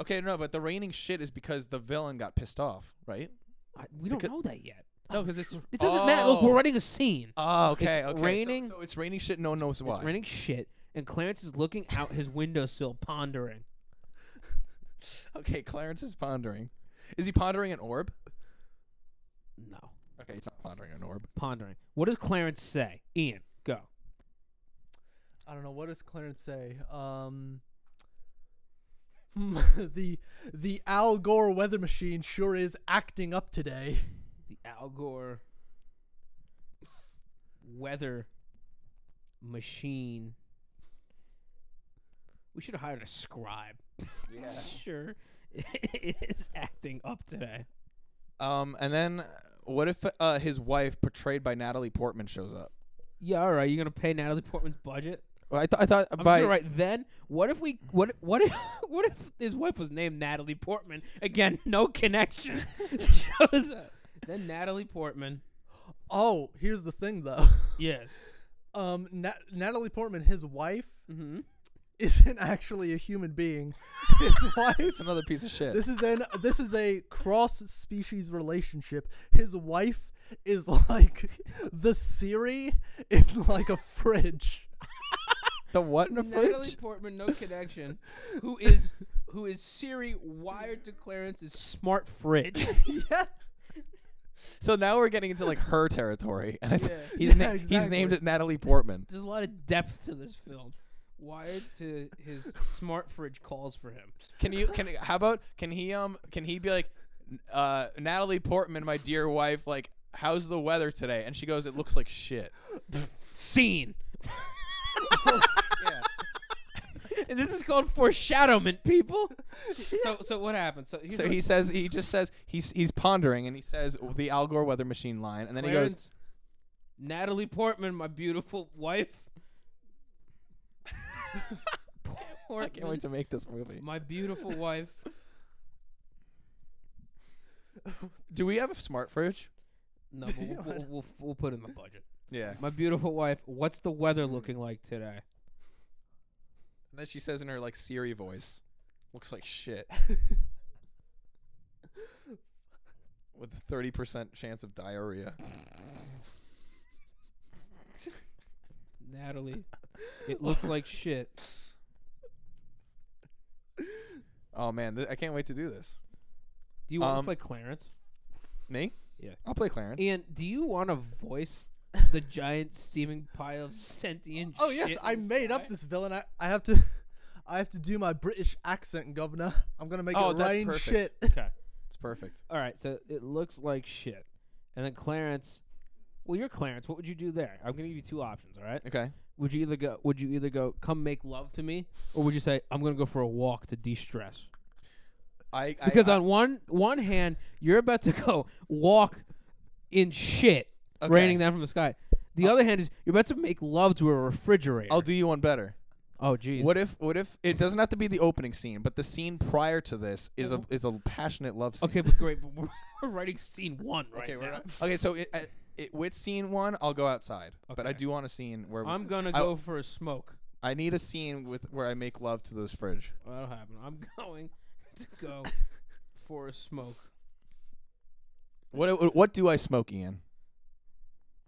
Speaker 4: okay, no, but the raining shit is because the villain got pissed off, right?
Speaker 2: I, we don't
Speaker 4: Because-
Speaker 2: know that yet. Oh.
Speaker 4: No, because it's
Speaker 2: It doesn't matter. Look, we're writing a scene.
Speaker 4: Oh, okay,
Speaker 2: It's
Speaker 4: okay. so-
Speaker 2: raining-
Speaker 4: So, it's raining shit. No one knows why.
Speaker 2: It's raining shit, and Clarence is looking out his windowsill pondering.
Speaker 4: Okay, Clarence is pondering. Is he pondering an orb?
Speaker 2: No,
Speaker 4: Okay, he's not pondering an orb.
Speaker 2: pondering. What does Clarence say? Ian, go.
Speaker 3: I don't know what does Clarence say. Um, hmm, the the Al Gore weather machine sure is acting up today.
Speaker 2: the Al Gore weather machine. We should have hired a scribe. Yeah. sure. it is acting up today.
Speaker 4: Um, and then uh, what if uh, his wife, portrayed by Natalie Portman, shows up?
Speaker 2: Yeah, all right. You're gonna pay Natalie Portman's budget.
Speaker 4: Well, I, th- I thought
Speaker 2: I'm
Speaker 4: by
Speaker 2: sure right then. What if we? What? What if? What if his wife was named Natalie Portman? Again, no connection. Shows up. Then Natalie Portman.
Speaker 3: Oh, here's the thing though.
Speaker 2: Yes.
Speaker 3: Um, Nat- Natalie Portman, his wife,
Speaker 2: Mm-hmm.
Speaker 3: isn't actually a human being. His wife.
Speaker 4: it's another piece of shit.
Speaker 3: This is an this is a cross species relationship. His wife is like the Siri in like a fridge.
Speaker 4: the what in the
Speaker 2: Natalie
Speaker 4: fridge?
Speaker 2: Portman, no connection, who is who is Siri wired to Clarence's smart fridge.
Speaker 3: yeah.
Speaker 4: So now we're getting into like her territory, and it's, he's na-
Speaker 3: Yeah,
Speaker 4: he's named
Speaker 3: exactly.
Speaker 4: it Natalie Portman.
Speaker 2: There's a lot of depth to this film. wired to his smart fridge calls for him.
Speaker 4: Can you can how about can he um can he be like uh Natalie Portman, my dear wife, like how's the weather today? And she goes, It looks like shit.
Speaker 2: Scene.
Speaker 4: Yeah.
Speaker 2: And this is called foreshadowment, people. So so what happened? So, here's
Speaker 4: So
Speaker 2: what-
Speaker 4: he says he just says he's he's pondering and he says the Al Gore weather machine line and then he goes
Speaker 2: Clarence, Natalie Portman, my beautiful wife.
Speaker 4: I can't wait to make this movie.
Speaker 2: my beautiful wife.
Speaker 4: Do we have a smart fridge?
Speaker 2: No, but we'll, we'll, we'll, we'll put in the budget.
Speaker 4: Yeah.
Speaker 2: My beautiful wife, what's the weather looking like today?
Speaker 4: And then she says in her like Siri voice, "Looks like shit." With a thirty percent chance of diarrhea.
Speaker 2: Natalie, it looks like shit.
Speaker 4: Oh man, th- I can't wait to do this.
Speaker 2: Do you want
Speaker 4: Um,
Speaker 2: to play Clarence?
Speaker 4: Me?
Speaker 2: Yeah.
Speaker 4: I'll play Clarence.
Speaker 2: And do you want to voice the giant steaming pile of sentient
Speaker 3: Oh yes,
Speaker 2: shit
Speaker 3: I
Speaker 2: in the
Speaker 3: made
Speaker 2: sky?
Speaker 3: up this villain. I, I have to I have to do my British accent, governor. I'm gonna make
Speaker 4: Oh,
Speaker 3: it
Speaker 4: that's
Speaker 3: rain
Speaker 4: perfect.
Speaker 3: shit.
Speaker 2: Okay.
Speaker 4: It's perfect.
Speaker 2: All right, so it looks like shit. And then Clarence, well, you're Clarence. What would you do there? I'm going to give you two options, all right?
Speaker 4: Okay.
Speaker 2: Would you either go would you either go come make love to me or would you say I'm going to go for a walk to de-stress?
Speaker 4: I, I
Speaker 2: Because
Speaker 4: I,
Speaker 2: on one one hand, you're about to go walk in shit
Speaker 4: Okay. Uh,
Speaker 2: raining down from the sky. The other hand is you're about to make love to a refrigerator.
Speaker 4: I'll do you one better.
Speaker 2: oh jeez.
Speaker 4: What if what if it doesn't have to be the opening scene, but the scene prior to this is
Speaker 2: Oh.
Speaker 4: a is a passionate love scene.
Speaker 2: Okay, but great. But we're, we're writing scene one right
Speaker 4: Okay, we're
Speaker 2: now.
Speaker 4: not, okay. So it, I- it, with scene one, I'll go outside, but I
Speaker 2: Okay.
Speaker 4: do want a scene where
Speaker 2: I'm gonna
Speaker 4: I-
Speaker 2: go for a smoke.
Speaker 4: I need a scene with where I make love to this fridge.
Speaker 2: Well, that'll happen. I'm going to go for a smoke.
Speaker 4: What what do I smoke, Ian?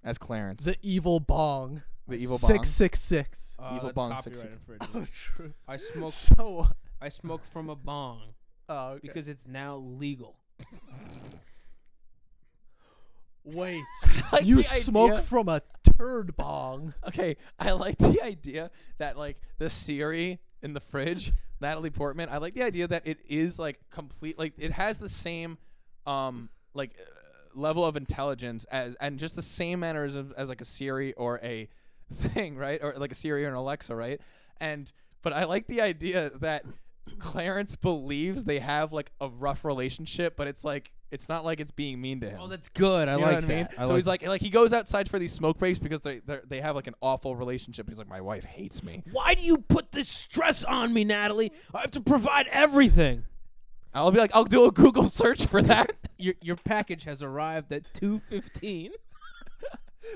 Speaker 4: As Clarence,
Speaker 3: The evil bong.
Speaker 4: the evil bomb.
Speaker 3: Six six six.
Speaker 2: Uh,
Speaker 4: Evil
Speaker 2: that's
Speaker 4: bong
Speaker 2: copyright
Speaker 4: six six.
Speaker 2: infringement.
Speaker 3: Oh, true.
Speaker 2: I smoke.
Speaker 3: So.
Speaker 2: I smoke from a bong
Speaker 3: Oh, okay.
Speaker 2: because it's now legal.
Speaker 3: wait,
Speaker 4: I like
Speaker 3: you
Speaker 4: the
Speaker 3: smoke
Speaker 4: idea-
Speaker 3: from a turd bong.
Speaker 4: Okay, I like the idea that like the Siri in the fridge, Natalie Portman. I like the idea that it is like complete, like it has the same, um, like uh, level of intelligence as and just the same mannerisms as like a Siri or a thing, right? Or like a Siri or an Alexa, right? And but I like the idea that Clarence believes they have like a rough relationship, but it's like it's not like it's being mean to him.
Speaker 2: Oh, that's good. I
Speaker 4: You
Speaker 2: like
Speaker 4: know what I mean?
Speaker 2: that.
Speaker 4: so he's like, like he goes outside for these smoke breaks because they they're- they have like an awful relationship. He's like, my wife hates me.
Speaker 2: "Why do you put this stress on me, Natalie? I have to provide everything."
Speaker 4: I'll be like, I'll do a Google search for that.
Speaker 2: Your your package has arrived at two fifteen.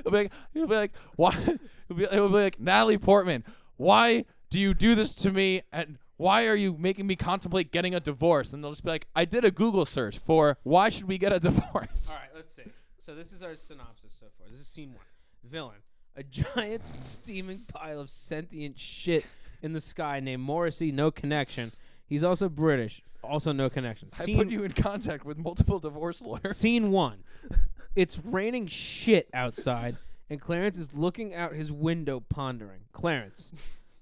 Speaker 4: I'll be like, he'll be like, why? He'll be, he'll be like, Natalie Portman, why do you do this to me? And why are you making me contemplate getting a divorce? And they'll just be like, I did a Google search for why should we get a divorce?
Speaker 2: All right, let's see. So this is our synopsis so far. This is scene one. Villain: a giant steaming pile of sentient shit in the sky named Morrissey. No connection. He's also British. Also no connection.
Speaker 4: I
Speaker 2: Scene,
Speaker 4: put you in contact with multiple divorce lawyers.
Speaker 2: scene one. It's raining shit outside, and Clarence is looking out his window pondering. Clarence,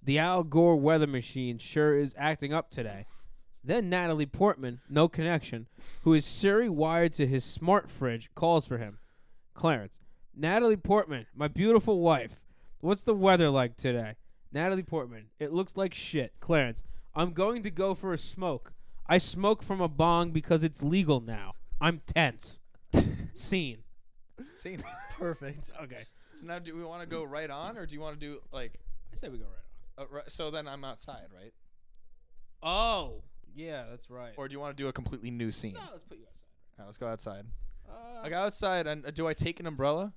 Speaker 2: the Al Gore weather machine sure is acting up today. Then Natalie Portman, no connection, who is Siri wired to his smart fridge, calls for him. Clarence, Natalie Portman, my beautiful wife. What's the weather like today? Natalie Portman, it looks like shit. Clarence, I'm going to go for a smoke. I smoke from a bong because it's legal now. I'm tense. Scene.
Speaker 4: scene.
Speaker 3: Perfect.
Speaker 2: Okay.
Speaker 4: So now, do we want to go right on, or do you want to do like?
Speaker 2: I say we go right on.
Speaker 4: Uh, ri- so then I'm outside, right?
Speaker 2: Oh, yeah, that's right.
Speaker 4: Or do you want to do a completely new scene?
Speaker 2: no, let's put you outside.
Speaker 4: Alright, let's go outside.
Speaker 2: Uh,
Speaker 4: I go outside, and uh, do I take an umbrella?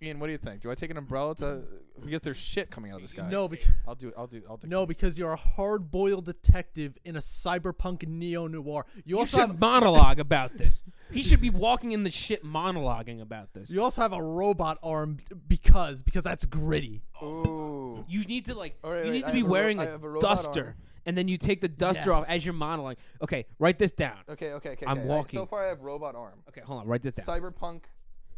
Speaker 4: Ian, what do you think? Do I take an umbrella to because there's shit coming out of the sky?
Speaker 3: No, because
Speaker 4: I'll do. I'll do. I'll do.
Speaker 3: no, because you're a hard-boiled detective in a cyberpunk neo noir. You
Speaker 2: you
Speaker 3: also
Speaker 2: should
Speaker 3: have
Speaker 2: monologue about this. He should be walking in the shit monologuing about this.
Speaker 3: you also have a robot arm because because that's gritty.
Speaker 4: Ooh.
Speaker 2: You need to like
Speaker 4: All right,
Speaker 2: you
Speaker 4: right,
Speaker 2: need
Speaker 4: I
Speaker 2: to be
Speaker 4: have a ro-
Speaker 2: wearing
Speaker 4: I
Speaker 2: a,
Speaker 4: have a robot
Speaker 2: duster,
Speaker 4: arm.
Speaker 2: and then you take the duster off as
Speaker 3: Yes.
Speaker 2: you're monologuing. Okay, write this down.
Speaker 4: Okay. Okay. Okay.
Speaker 2: I'm
Speaker 4: okay. I-
Speaker 2: walking.
Speaker 4: so far, I have robot arm.
Speaker 2: Okay, hold on, write this down.
Speaker 4: Cyberpunk.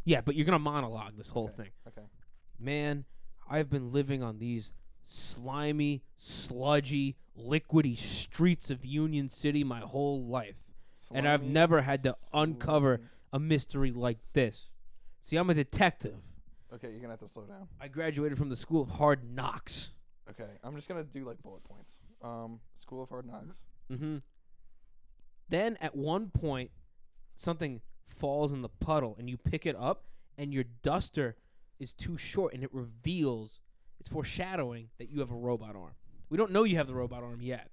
Speaker 2: yeah, but you're gonna monologue this whole thing.
Speaker 4: Okay.
Speaker 2: Man, I've been living on these slimy, sludgy, liquidy streets of Union City my whole life. and I've
Speaker 4: Slimy,
Speaker 2: never had to uncover
Speaker 4: slimy.
Speaker 2: a mystery like this. See, I'm a detective.
Speaker 4: Okay, you're gonna have to slow down.
Speaker 2: I graduated from the School of Hard Knocks.
Speaker 4: Okay, I'm just gonna do like bullet points. Um, School of Hard Knocks.
Speaker 2: Mm-hmm. Then at one point, something falls in the puddle, and you pick it up, and your duster is too short, and it reveals it's foreshadowing that you have a robot arm. We don't know you have the robot arm yet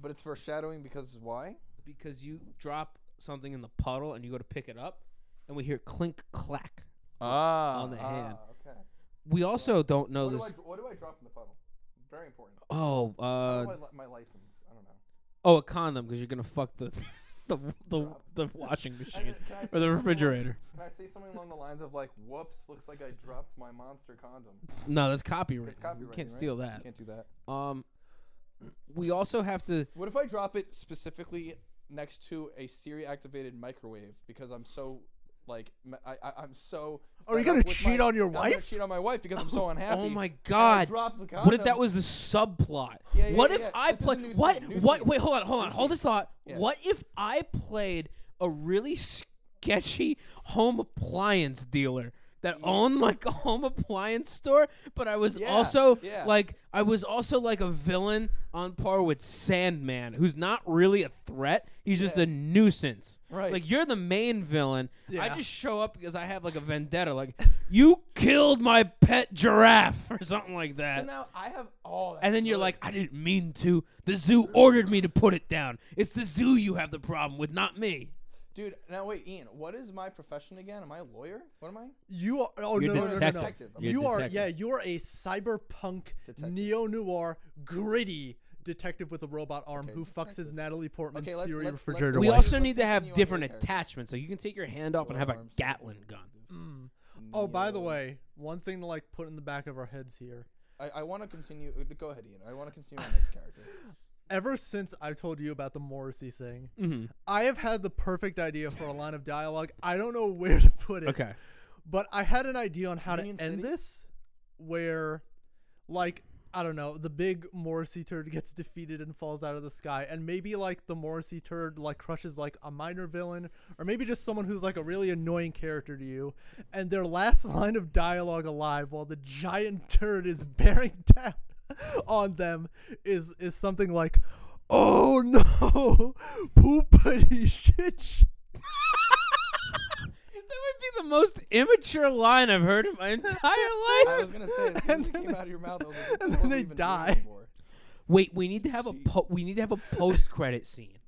Speaker 4: But it's foreshadowing because why?
Speaker 2: because you drop something in the puddle, and you go to pick it up, and we hear clink clack.
Speaker 4: Ah,
Speaker 2: On the hand.
Speaker 4: Okay.
Speaker 2: We also don't know
Speaker 4: What do,
Speaker 2: this.
Speaker 4: I, dr- what do I drop in the puddle? Very important.
Speaker 2: Oh,
Speaker 4: What
Speaker 2: uh,
Speaker 4: do I li- my license. I don't know.
Speaker 2: oh, a condom because you're gonna fuck the the the, the washing machine
Speaker 4: can I
Speaker 2: or
Speaker 4: say something
Speaker 2: the
Speaker 4: along-
Speaker 2: refrigerator.
Speaker 4: Can I say something along the lines of like, "Whoops, looks like I dropped my monster condom."
Speaker 2: No, that's copyright.
Speaker 4: It's copyright.
Speaker 2: you can't steal that.
Speaker 4: Can't do that.
Speaker 2: Um, we also have to.
Speaker 4: What if I drop it specifically next to a Siri-activated microwave because I'm so like m- I, I am so.
Speaker 3: Are Oh, you
Speaker 4: fed up
Speaker 3: gonna
Speaker 4: with my-
Speaker 3: cheat on your
Speaker 4: I'm gonna
Speaker 3: wife?
Speaker 4: cheat on my wife because I'm so unhappy.
Speaker 2: Oh my
Speaker 4: and I
Speaker 2: God!
Speaker 4: dropped the
Speaker 2: What if that
Speaker 4: condom.
Speaker 2: was the subplot?
Speaker 4: Yeah, yeah,
Speaker 2: what
Speaker 4: yeah,
Speaker 2: if
Speaker 4: yeah.
Speaker 2: I
Speaker 4: This is a
Speaker 2: played?
Speaker 4: new
Speaker 2: What?
Speaker 4: scene, new
Speaker 2: what?
Speaker 4: scene.
Speaker 2: Wait, hold on, hold on, hold this thought.
Speaker 4: Yeah.
Speaker 2: What if I played a really sketchy home appliance dealer that owned like a home appliance store, but I was
Speaker 4: Yeah,
Speaker 2: also
Speaker 4: yeah.
Speaker 2: like I was also like a villain on par with Sandman, who's not really a threat. He's just
Speaker 4: Yeah.
Speaker 2: a nuisance.
Speaker 4: Right.
Speaker 2: Like you're the main villain. I
Speaker 3: Yeah.
Speaker 2: just show up because I have like a vendetta. Like you killed my pet giraffe or something like that.
Speaker 4: So now I have all.
Speaker 2: and then you're like, I didn't mean to. The zoo ordered me to put it down. It's the zoo you have the problem with, not me.
Speaker 4: dude. Now wait, Ian. What is my profession again? Am I a lawyer? What am I?
Speaker 3: You are. Oh
Speaker 2: You're
Speaker 3: no, no, no, no, no.
Speaker 4: detective.
Speaker 2: You're
Speaker 3: You are.
Speaker 2: detective.
Speaker 3: Yeah, you are a cyberpunk
Speaker 4: Detective.
Speaker 3: neo noir gritty detective with a robot arm who fucks his Natalie Portman
Speaker 4: Okay, let's-
Speaker 3: Siri
Speaker 4: let's- let's-
Speaker 3: refrigerator
Speaker 2: We
Speaker 4: Why-
Speaker 3: wife.
Speaker 2: also
Speaker 4: Let's
Speaker 2: need to have
Speaker 4: continue on to
Speaker 2: different
Speaker 4: your character.
Speaker 2: attachments, so you can take your hand off and have a
Speaker 4: Forearms.
Speaker 2: Gatlin gun.
Speaker 3: oh, by the
Speaker 4: Neo-
Speaker 3: way, one thing to like put in the back of our heads here.
Speaker 4: I, I want to continue. uh, Go ahead, Ian. I want to continue my next character.
Speaker 3: Ever since I told you about the Morrissey thing,
Speaker 2: Mm-hmm.
Speaker 3: I have had the perfect idea for a line of dialogue. I don't know where to put it.
Speaker 2: Okay.
Speaker 3: But I had an idea on how
Speaker 4: Union
Speaker 3: to end
Speaker 4: City?
Speaker 3: this where like I don't know, the big Morrissey turd gets defeated and falls out of the sky and maybe like the Morrissey turd like crushes like a minor villain or maybe just someone who's like a really annoying character to you and their last line of dialogue alive while the giant turd is bearing down on them is is something like Oh no, poopity shit. sh-"
Speaker 2: That would be the most immature line I've heard in my entire
Speaker 4: I
Speaker 2: life.
Speaker 4: was gonna say as soon as it came out of your mouth, I was like, what the
Speaker 3: and
Speaker 4: hell
Speaker 3: then
Speaker 4: are you
Speaker 3: they
Speaker 4: even doing
Speaker 3: die.
Speaker 4: anymore?
Speaker 2: Wait, we need to have a po- we need to have a post credit scene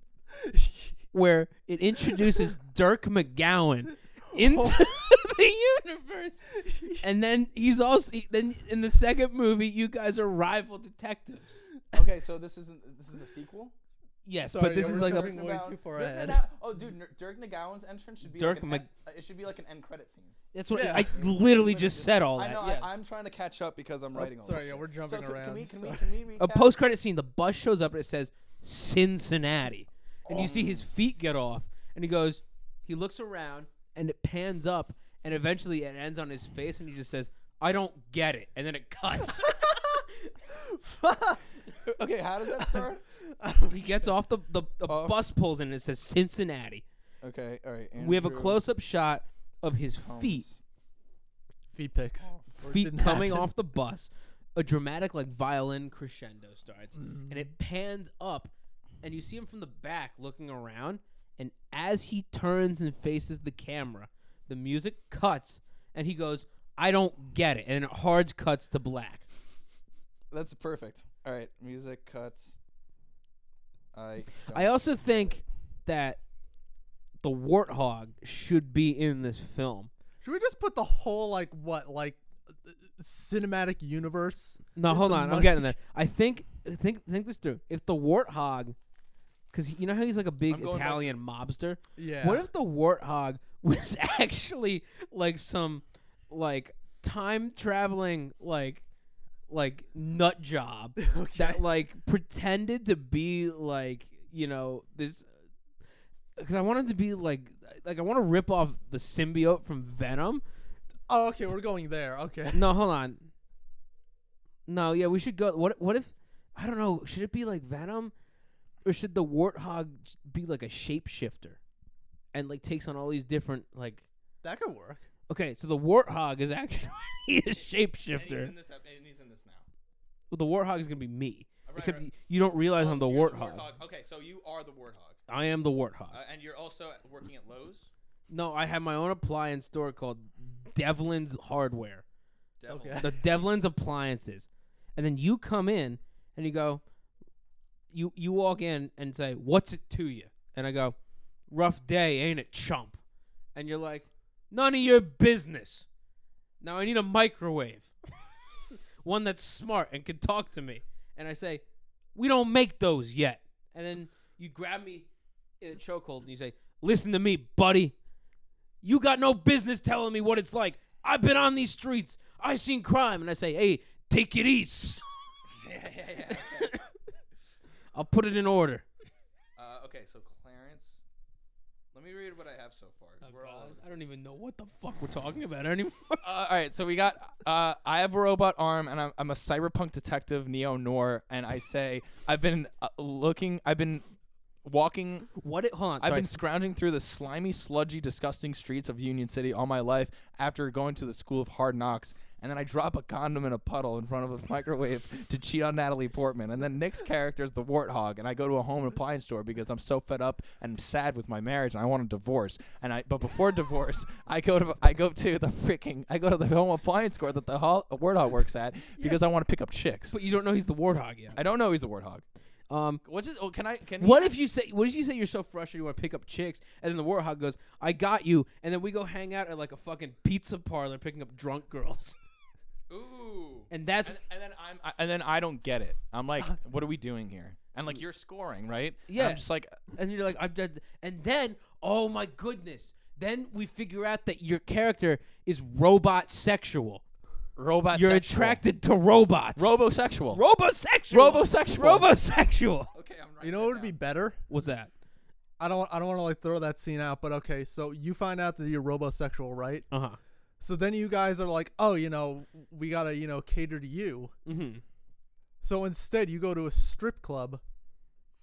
Speaker 2: where it introduces Dirk McGowan into the universe, and then he's also he- then in the second movie you guys are rival detectives.
Speaker 4: Okay, so this isn't. This is a sequel.
Speaker 2: Yes,
Speaker 3: Sorry,
Speaker 2: but this
Speaker 3: yeah,
Speaker 2: is
Speaker 3: we're
Speaker 2: like a
Speaker 3: talking- Way
Speaker 4: About-
Speaker 3: too far
Speaker 4: Dirk
Speaker 3: ahead.
Speaker 4: Nagao- oh, dude, Ner- Dirk Nagowin's entrance should be
Speaker 2: Dirk
Speaker 4: like an
Speaker 2: Mag-
Speaker 4: en- uh, it should be like an end credit scene.
Speaker 2: that's what
Speaker 3: Yeah.
Speaker 2: I literally just said all that.
Speaker 4: I know.
Speaker 2: yeah. Oh,
Speaker 4: I, I'm trying to catch up because I'm writing all.
Speaker 3: sorry,
Speaker 4: this
Speaker 3: yeah,
Speaker 4: shit.
Speaker 3: we're jumping
Speaker 4: so can, Can
Speaker 3: around,
Speaker 4: we? Can we?
Speaker 3: sorry.
Speaker 4: Can we?
Speaker 2: a
Speaker 4: recap?
Speaker 2: post credit scene, the bus shows up and it says Cincinnati. And you see his feet get off and he goes he looks around and it pans up and eventually it ends on his face and he just says, I don't get it and then it cuts.
Speaker 4: Okay, how does that start?
Speaker 2: he gets off the, the, the
Speaker 4: Off.
Speaker 2: bus pulls in and it says Cincinnati.
Speaker 4: okay, all right.
Speaker 2: We have a
Speaker 4: Andrew
Speaker 2: close up shot of his
Speaker 4: Holmes.
Speaker 2: feet
Speaker 3: Feet picks. Or
Speaker 2: feet
Speaker 3: didn't
Speaker 2: coming
Speaker 3: happen.
Speaker 2: off the bus. A dramatic like violin crescendo starts,
Speaker 3: Mm-hmm.
Speaker 2: and it pans up, and you see him from the back looking around. And as he turns and faces the camera, the music cuts, and he goes, "I don't get it," and it hard cuts to black.
Speaker 4: That's perfect. All right, music cuts. I.
Speaker 2: I also think that the warthog should be in this film.
Speaker 3: Should we just put the whole like what like uh, cinematic universe?
Speaker 2: No,
Speaker 3: Is
Speaker 2: hold
Speaker 3: the
Speaker 2: on. I'm
Speaker 3: money-
Speaker 2: getting there. I think think think this through. If the warthog, because you know how he's like a big
Speaker 4: I'm going back to-
Speaker 2: Italian mobster.
Speaker 3: Yeah.
Speaker 2: What if the warthog was actually like some like time traveling like like nut job that like pretended to be like you know this because I wanted to be like like I want to rip off the symbiote from Venom.
Speaker 3: Oh, okay, we're going there. Okay.
Speaker 2: No, hold on. No, yeah, we should go. What what if I don't know? Should it be like Venom, or should the warthog j- be like a shapeshifter, and like takes on all these different like?
Speaker 3: That could work.
Speaker 2: Okay, so the warthog is actually a shapeshifter.
Speaker 4: this. And he's in this now.
Speaker 2: Well, the warthog is gonna be me,
Speaker 4: Right,
Speaker 2: except
Speaker 4: right.
Speaker 2: y- you don't realize I'm the warthog.
Speaker 4: Okay, so you are the warthog, Uh,
Speaker 2: I am the warthog.
Speaker 4: and you're also working at Lowe's.
Speaker 2: no, I have my own appliance store called Devlin's Hardware.
Speaker 3: Okay.
Speaker 2: the Devlin's appliances, and then you come in and you go, you you walk in and say, "What's it to you?" And I go, "Rough day, ain't it, chump?" And you're like, "None of your business." Now I need a microwave, one that's smart and can talk to me. And I say, "We don't make those yet." And then you grab me in a chokehold and you say, "Listen to me, buddy." You got no business telling me what it's like. I've been on these streets. I seen crime, and I say, "Hey, take it easy."
Speaker 4: yeah, yeah, yeah.
Speaker 2: I'll put it in order.
Speaker 4: Uh, okay, so Clarence, let me read what I have so far.
Speaker 2: Oh,
Speaker 4: 'cause we're all over the
Speaker 2: I don't even know what the fuck we're talking about anymore.
Speaker 4: Uh, all right, so we got. Uh, I have a robot arm, and I'm, I'm a cyberpunk detective, Neo Noir, and I say I've been uh, looking. I've been walking.
Speaker 2: what? It, hold on.
Speaker 4: I've
Speaker 2: sorry.
Speaker 4: been scrounging through the slimy, sludgy, disgusting streets of Union City all my life after going to the school of hard knocks. And then I drop a condom in a puddle in front of a microwave to cheat on Natalie Portman. And then Nick's character is the warthog, and I go to a home appliance store because I'm so fed up and sad with my marriage, and I want a divorce. And I, but before divorce, I go to I go to the freaking I go to the home appliance store that the ho- warthog works at because I want to pick up chicks.
Speaker 2: but you don't know he's the warthog yet.
Speaker 4: I don't know he's the warthog.
Speaker 2: Um,
Speaker 4: What's his? Oh, can I? Can
Speaker 2: what if you say? What if you say you're so frustrated you want to pick up chicks, and then the warthog goes, "I got you," and then we go hang out at like a fucking pizza parlor picking up drunk girls,
Speaker 4: Ooh.
Speaker 2: and that's
Speaker 4: and, and then I'm I, and then I don't get it. I'm like, what are we doing here? And like you're scoring, right? And
Speaker 2: Yeah.
Speaker 4: I'm just like, uh,
Speaker 2: and you're like, I'm dead. And then, oh my goodness, then we figure out that your character is robot sexual.
Speaker 4: robot.
Speaker 2: You're
Speaker 4: sexual.
Speaker 2: attracted to robots.
Speaker 4: Robosexual.
Speaker 2: Robosexual.
Speaker 4: Robosexual.
Speaker 2: Robosexual.
Speaker 4: okay, I'm right.
Speaker 3: You know what would be better?
Speaker 2: What's that?
Speaker 3: I don't I don't want to like throw that scene out, but okay, so you find out that you're robosexual, right?
Speaker 2: Uh
Speaker 4: Uh-huh.
Speaker 2: huh.
Speaker 3: So then you guys are like, "Oh, you know, we got to, you know, cater to you."
Speaker 2: Mm-hmm.
Speaker 3: So instead, you go to a strip club,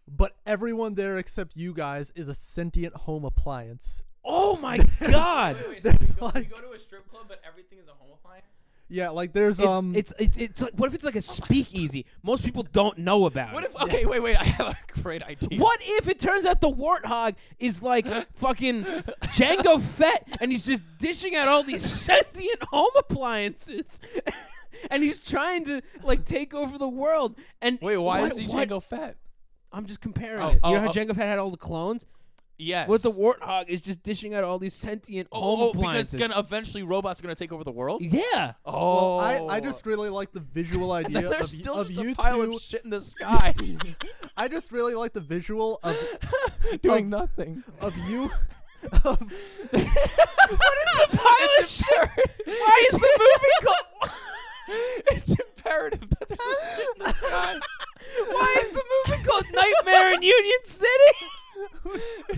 Speaker 3: but everyone there except you guys is a sentient home appliance.
Speaker 2: Oh my god.
Speaker 4: so we
Speaker 3: That's
Speaker 4: go, we
Speaker 3: like-
Speaker 4: go to a strip club, but everything is a home appliance.
Speaker 3: Yeah, like there's
Speaker 2: It's,
Speaker 3: um
Speaker 2: it's it's it's like what if it's like a speakeasy? Most people don't know about
Speaker 4: What
Speaker 2: it.
Speaker 4: if? Okay, wait, wait. I have a great idea.
Speaker 2: What if it turns out the warthog is like fucking Django Fett and he's just dishing out all these sentient home appliances and he's trying to like take over the world and
Speaker 4: Wait, why
Speaker 2: what,
Speaker 4: is E he
Speaker 2: what-
Speaker 4: Django Fett?
Speaker 2: I'm just comparing
Speaker 4: Oh,
Speaker 2: it. You
Speaker 4: oh,
Speaker 2: know how
Speaker 4: oh.
Speaker 2: Django Fett had all the clones?
Speaker 4: Yes.
Speaker 2: What the warthog is just dishing out all these sentient home
Speaker 4: Oh, oh, because
Speaker 2: appliances.
Speaker 4: gonna eventually robots gonna take over the world.
Speaker 2: yeah.
Speaker 4: Oh,
Speaker 3: well, I, I just really like the visual idea
Speaker 4: there's
Speaker 3: of, y-
Speaker 4: still
Speaker 3: of
Speaker 4: just
Speaker 3: you
Speaker 4: a pile
Speaker 3: two.
Speaker 4: of shit in the sky
Speaker 3: I just really like the visual of
Speaker 4: doing nothing.
Speaker 3: of you of
Speaker 4: It's a pile of shit. Why is the movie called? it's imperative that there's a shit in the sky.
Speaker 2: Why is the movie called Nightmare in Union City?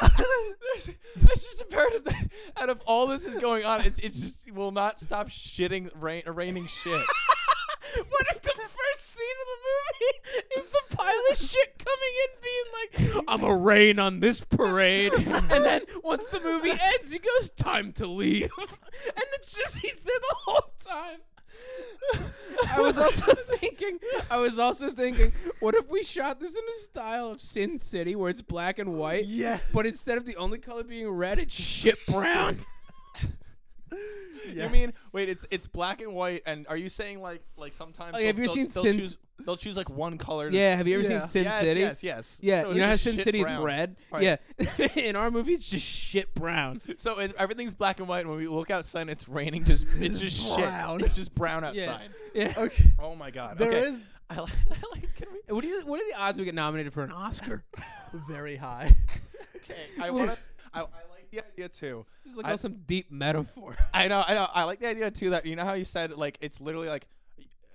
Speaker 4: there's, there's just imperative that out of all this is going on, it, it just it will not stop shitting, rain, raining shit.
Speaker 2: What if the first scene of the movie is the pile of shit coming in, being like, "I'm a rain on this parade," and then once the movie ends, he goes, "Time to leave," and it's just he's there the whole time. I was also thinking. I was also thinking. What if we shot this in a style of Sin City, where it's black and white?
Speaker 3: Yeah.
Speaker 2: But instead of the only color being red, it's shit brown.
Speaker 4: You mean wait? It's it's black and white, and are you saying like like sometimes?
Speaker 2: Oh, yeah, have
Speaker 4: they'll-
Speaker 2: you seen
Speaker 4: they'll, they'll
Speaker 2: Sin-
Speaker 4: choose they'll choose like one color? to
Speaker 2: Yeah,
Speaker 4: s-
Speaker 2: have you ever
Speaker 3: Yeah.
Speaker 2: seen Sin
Speaker 4: yes,
Speaker 2: City?
Speaker 4: yes, yes.
Speaker 2: Yeah,
Speaker 4: So
Speaker 2: you
Speaker 4: it's
Speaker 2: know how
Speaker 4: just
Speaker 2: Sin
Speaker 4: shit
Speaker 2: City's
Speaker 4: brown.
Speaker 2: red?
Speaker 4: Right.
Speaker 2: Yeah. In our movie, it's just shit brown.
Speaker 4: So it, everything's black and white. and When we look outside, it's raining. Just it's just
Speaker 3: Brown.
Speaker 4: shit. It's just brown
Speaker 2: Yeah.
Speaker 4: outside.
Speaker 2: yeah.
Speaker 3: okay,
Speaker 4: Oh my god.
Speaker 3: there is
Speaker 4: okay. I like. I like can we,
Speaker 2: What, do you, what are the odds we get nominated for an Oscar?
Speaker 3: very high.
Speaker 4: okay. I want to. I, I like the idea too.
Speaker 2: It's like
Speaker 4: I-
Speaker 2: all some deep metaphor.
Speaker 4: I know. I know. I like the idea too that you know how you said like it's literally like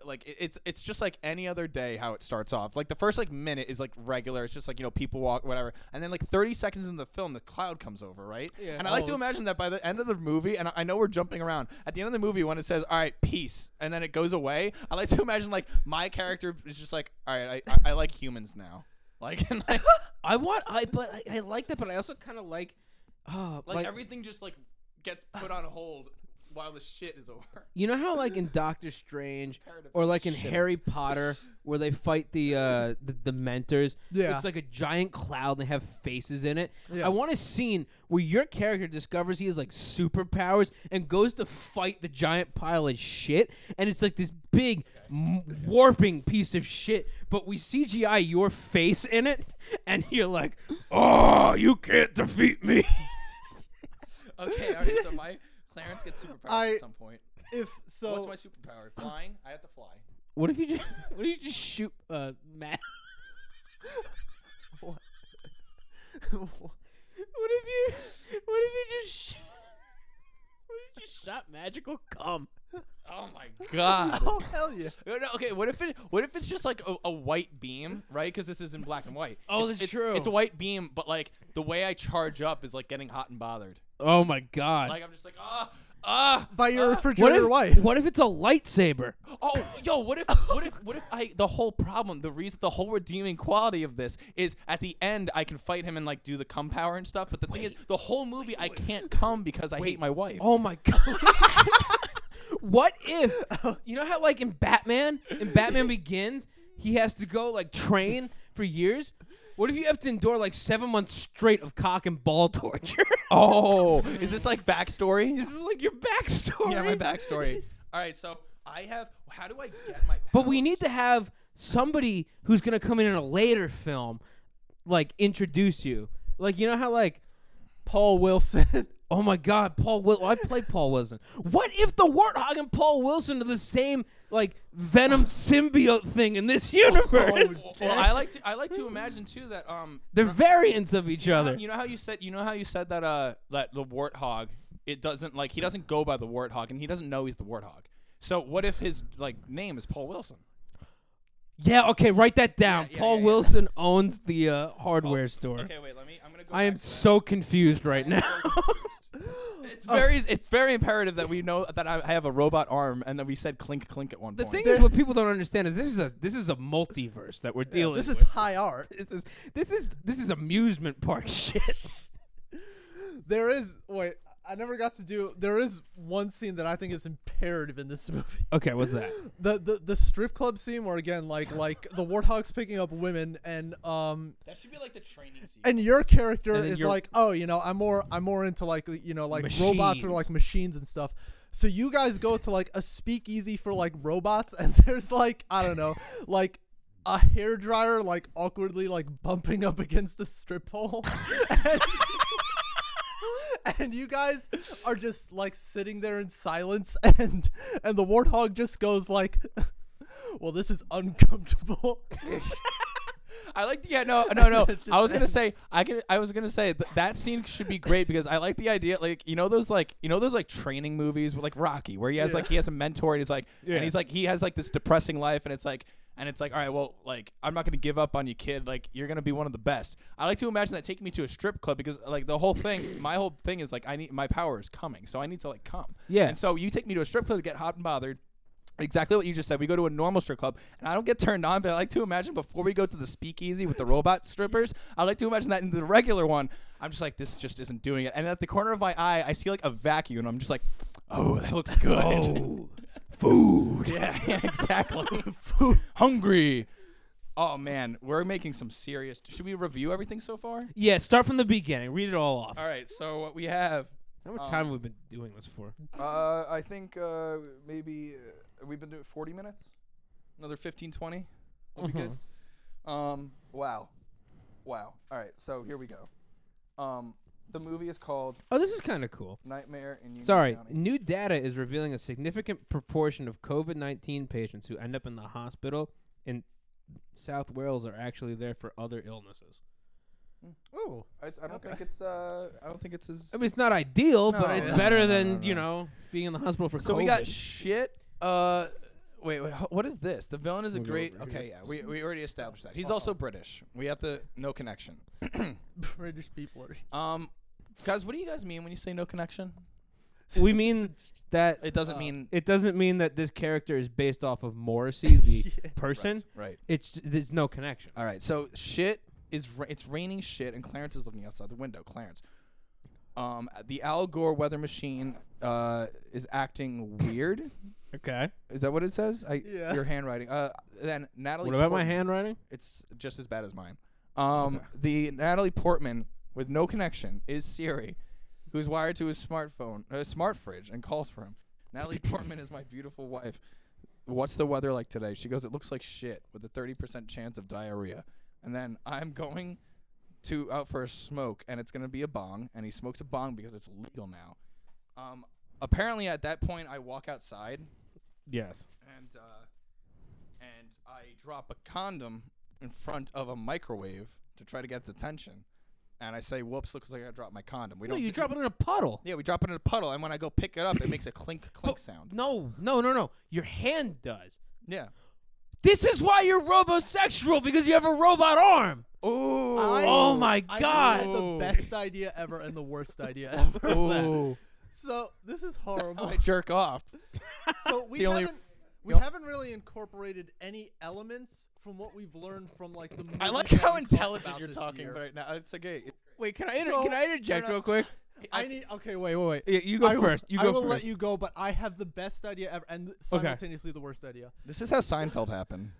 Speaker 4: like it- it's it's just like any other day how it starts off. Like the first like minute is like regular. It's just like you know people walk whatever, and then like 30 seconds in the film, the cloud comes over, right?
Speaker 2: Yeah.
Speaker 4: And I like
Speaker 3: Oh,
Speaker 4: to imagine that by the end of the movie, and I- I know we're jumping around. At the end of the movie, when it says "All right, peace," and then it goes away, I like to imagine like my character is just like, "All right, I, I, I like humans now." Like and like,
Speaker 2: I want I but I, I like that, but I also kind of like, uh,
Speaker 4: like,
Speaker 2: like,
Speaker 4: everything just like gets put on hold while the shit is over.
Speaker 2: you know how like in Doctor Strange
Speaker 4: Comparative
Speaker 2: or like in
Speaker 4: shit.
Speaker 2: Harry Potter where they fight the uh the, the mentors.
Speaker 3: Yeah.
Speaker 2: it's like a giant cloud and they have faces in it.
Speaker 3: Yeah.
Speaker 2: I want a scene where your character discovers he has like superpowers and goes to fight the giant pile of shit, and it's like this big m- warping piece of shit. But we CGI your face in it, and you're like, oh, you can't defeat me.
Speaker 4: Okay, all right. So my Clarence gets superpowers
Speaker 3: I- Oh.
Speaker 4: at some point.
Speaker 3: If so,
Speaker 4: What's my superpower? Flying. I have to fly.
Speaker 2: What if you just what if you just shoot uh Matt? What if you what if you just sh- what if you just shot magical cum?
Speaker 4: Oh my god.
Speaker 3: oh hell yeah!
Speaker 4: No, no, okay, what if it? What if it's just like a, a white beam, right? Because this is in black and white.
Speaker 2: Oh,
Speaker 4: it's,
Speaker 2: that's
Speaker 4: it's-
Speaker 2: true.
Speaker 4: It's a white beam, but like the way I charge up is like getting hot and bothered.
Speaker 2: Oh my god.
Speaker 4: Like I'm just like ah ah.
Speaker 3: By your
Speaker 4: ah.
Speaker 2: what
Speaker 3: refrigerator
Speaker 2: if,
Speaker 3: wife.
Speaker 2: what if it's a lightsaber?
Speaker 4: Oh, yo, what if, what if, what if I, the whole problem, the reason, the whole redeeming quality of this is at the end, I can fight him and like do the cum power and stuff. But the thing is, the whole movie, I can't cum because I hate my wife.
Speaker 2: Oh my god. what if you know how like in Batman, in Batman Begins, he has to go like train for years? What if you have to endure like seven months straight of cock and ball torture?
Speaker 4: Oh, is this like backstory?
Speaker 2: This is like your backstory.
Speaker 4: yeah, my backstory. All right, so I have. How do I get my?
Speaker 2: But we
Speaker 4: powers?
Speaker 2: need to have somebody who's gonna come in in a later film, like introduce you. Like you know how like
Speaker 3: Paul Wilson.
Speaker 2: oh my god, Paul Will I played Paul Wilson. What if the Warthog and Paul Wilson are the same like Venom symbiote thing in this universe?
Speaker 4: Well, I like to. I like to imagine too that um.
Speaker 2: They're variants of each other.
Speaker 4: You know how you said. You know how you said that uh that the warthog. It doesn't like he doesn't go by the warthog and he doesn't know he's the warthog. So what if his like name is Paul Wilson?
Speaker 2: Yeah, okay, write that down.
Speaker 4: yeah,
Speaker 2: Paul
Speaker 4: yeah, yeah.
Speaker 2: Wilson owns the uh, hardware store.
Speaker 4: Okay, wait. Let me. I'm gonna go.
Speaker 2: I
Speaker 4: back
Speaker 2: am
Speaker 4: to that.
Speaker 2: so confused right now.
Speaker 4: It's
Speaker 2: Oh.
Speaker 4: very. It's very imperative that we know that I I have a robot arm and that we said clink clink at one
Speaker 2: The
Speaker 4: point.
Speaker 2: thing is, what people don't understand is this is a this is a multiverse that we're dealing.
Speaker 3: this
Speaker 2: with.
Speaker 3: is high art.
Speaker 2: This is this is this is amusement park shit.
Speaker 3: There is wait, I never got to do. There is one scene that I think is imperative in this movie.
Speaker 2: Okay, what's that?
Speaker 3: The the, the strip club scene where again like like the warthogs picking up women and um
Speaker 4: that should be like the training scene.
Speaker 3: and your character
Speaker 2: And then
Speaker 3: is
Speaker 2: your-
Speaker 3: like oh you know I'm more I'm more into like you know like robots or
Speaker 2: Machines.
Speaker 3: like machines and stuff. So you guys go to like a speakeasy for like robots and there's like I don't know like. A hairdryer like awkwardly like bumping up against a strip pole. And- and you guys are just like sitting there in silence and and the warthog just goes like well this is uncomfortable
Speaker 4: I like the yeah no no no. I was gonna say I could I was gonna say th- that scene should be great because I like the idea like you know those like you know those like training movies with like Rocky where he has like he has a mentor and he's like and he's like he has like this depressing life and it's like and it's like all right well like I'm not gonna give up on you kid like you're gonna be one of the best. I like to imagine that taking me to a strip club because like the whole thing my whole thing is like I need my power is coming so I need to like come
Speaker 2: Yeah.
Speaker 4: and so you take me to a strip club to get hot and bothered. Exactly what you just said. We go to a normal strip club, and I don't get turned on, but I like to imagine before we go to the speakeasy with the robot strippers, I like to imagine that in the regular one, I'm just like, this just isn't doing it. And at the corner of my eye, I see like a vacuum, and I'm just like, oh, that looks good.
Speaker 2: Oh. food.
Speaker 4: yeah, yeah, exactly. Hungry. Oh, man, we're making some serious. Should we review everything so far?
Speaker 2: Yeah, start from the beginning. Read it all off.
Speaker 4: All right, so what we have.
Speaker 2: How much
Speaker 4: Um,
Speaker 2: time have we been doing this for?
Speaker 4: Uh, I think uh, maybe uh, we've been doing 40 minutes. Another 15, 20 will be
Speaker 2: Mm-hmm.
Speaker 4: good. Um, wow. Wow. All right, so here we go. Um, the movie is called
Speaker 2: Oh, this is kind of cool.
Speaker 4: Nightmare in Union
Speaker 2: Sorry,
Speaker 4: County.
Speaker 2: new data is revealing a significant proportion of COVID 19 patients who end up in the hospital in South Wales are actually there for other illnesses.
Speaker 3: oh
Speaker 4: I, I don't think it's uh I don't think it's as
Speaker 2: I mean, it's not ideal, but
Speaker 4: No,
Speaker 2: it's
Speaker 4: no,
Speaker 2: better
Speaker 4: no, no,
Speaker 2: than,
Speaker 4: no,
Speaker 2: you know, being in the hospital for
Speaker 4: So
Speaker 2: COVID.
Speaker 4: we got shit. Uh, Wait, wait. ho- What is this? The villain is a
Speaker 2: We'll go
Speaker 4: great.
Speaker 2: over here.
Speaker 4: Okay, yeah. We, we already established that. He's also British. We have to no connection.
Speaker 3: British people are.
Speaker 4: Um, guys, what do you guys mean when you say no connection?
Speaker 2: we mean that
Speaker 4: It doesn't
Speaker 3: Uh,
Speaker 4: mean
Speaker 2: it doesn't mean that this character is based off of Morrissey, the
Speaker 3: Yeah. Uh,
Speaker 2: person.
Speaker 4: Right, right.
Speaker 2: It's there's no connection.
Speaker 4: All right. So shit is ra- it's raining shit, and Clarence is looking outside the window. Clarence. Um, the Al Gore weather machine uh, is acting weird.
Speaker 2: Okay.
Speaker 4: Is that what it says? I,
Speaker 3: Yeah.
Speaker 4: Your handwriting. Uh, then Natalie.
Speaker 2: What about my
Speaker 4: Portman-
Speaker 2: handwriting?
Speaker 4: It's just as bad as mine. Um, the Natalie Portman with no connection is Siri, who's wired to his smartphone, uh, smart fridge, and calls for him. Natalie Portman is my beautiful wife. What's the weather like today? She goes, it looks like shit with a 30% chance of diarrhea. And then I'm going to out for a smoke and it's going to be a bong and he smokes a bong because it's legal now. Um, apparently at that point I walk outside
Speaker 2: Yes.
Speaker 4: and uh, and I drop a condom in front of a microwave to try to get its attention, and I say, "Whoops! Looks like I dropped my condom." We
Speaker 2: No,
Speaker 4: don't.
Speaker 2: you
Speaker 4: do-
Speaker 2: drop it in a puddle.
Speaker 4: Yeah, we drop it in a puddle, and when I go pick it up, it makes a clink clink sound.
Speaker 2: No, no, no, no. Your hand does.
Speaker 4: Yeah.
Speaker 2: This is why you're robosexual because you have a robot arm.
Speaker 4: Ooh.
Speaker 3: I-
Speaker 2: oh my
Speaker 3: I
Speaker 2: god.
Speaker 3: had the best idea ever and the worst idea ever.
Speaker 4: Ooh.
Speaker 3: so this is horrible.
Speaker 4: I jerk off.
Speaker 3: So we
Speaker 4: Oh. the only-
Speaker 3: haven't we
Speaker 4: Yep.
Speaker 3: haven't really incorporated any elements from what we've learned from like the.
Speaker 4: I
Speaker 3: movies
Speaker 4: like
Speaker 3: that
Speaker 4: how
Speaker 3: we talked
Speaker 4: intelligent
Speaker 3: about
Speaker 4: you're
Speaker 3: this
Speaker 4: talking
Speaker 3: year.
Speaker 4: right now. It's okay.
Speaker 2: Wait, can I inter-
Speaker 3: So-
Speaker 2: can I interject
Speaker 4: no, no.
Speaker 2: real quick?
Speaker 3: I need. Okay, wait, wait, wait.
Speaker 2: Yeah, you go
Speaker 3: I will-
Speaker 2: first. You
Speaker 3: I
Speaker 2: go
Speaker 3: will
Speaker 2: first.
Speaker 3: let you go, but I have the best idea ever, and simultaneously the worst idea.
Speaker 4: This is how Seinfeld happened.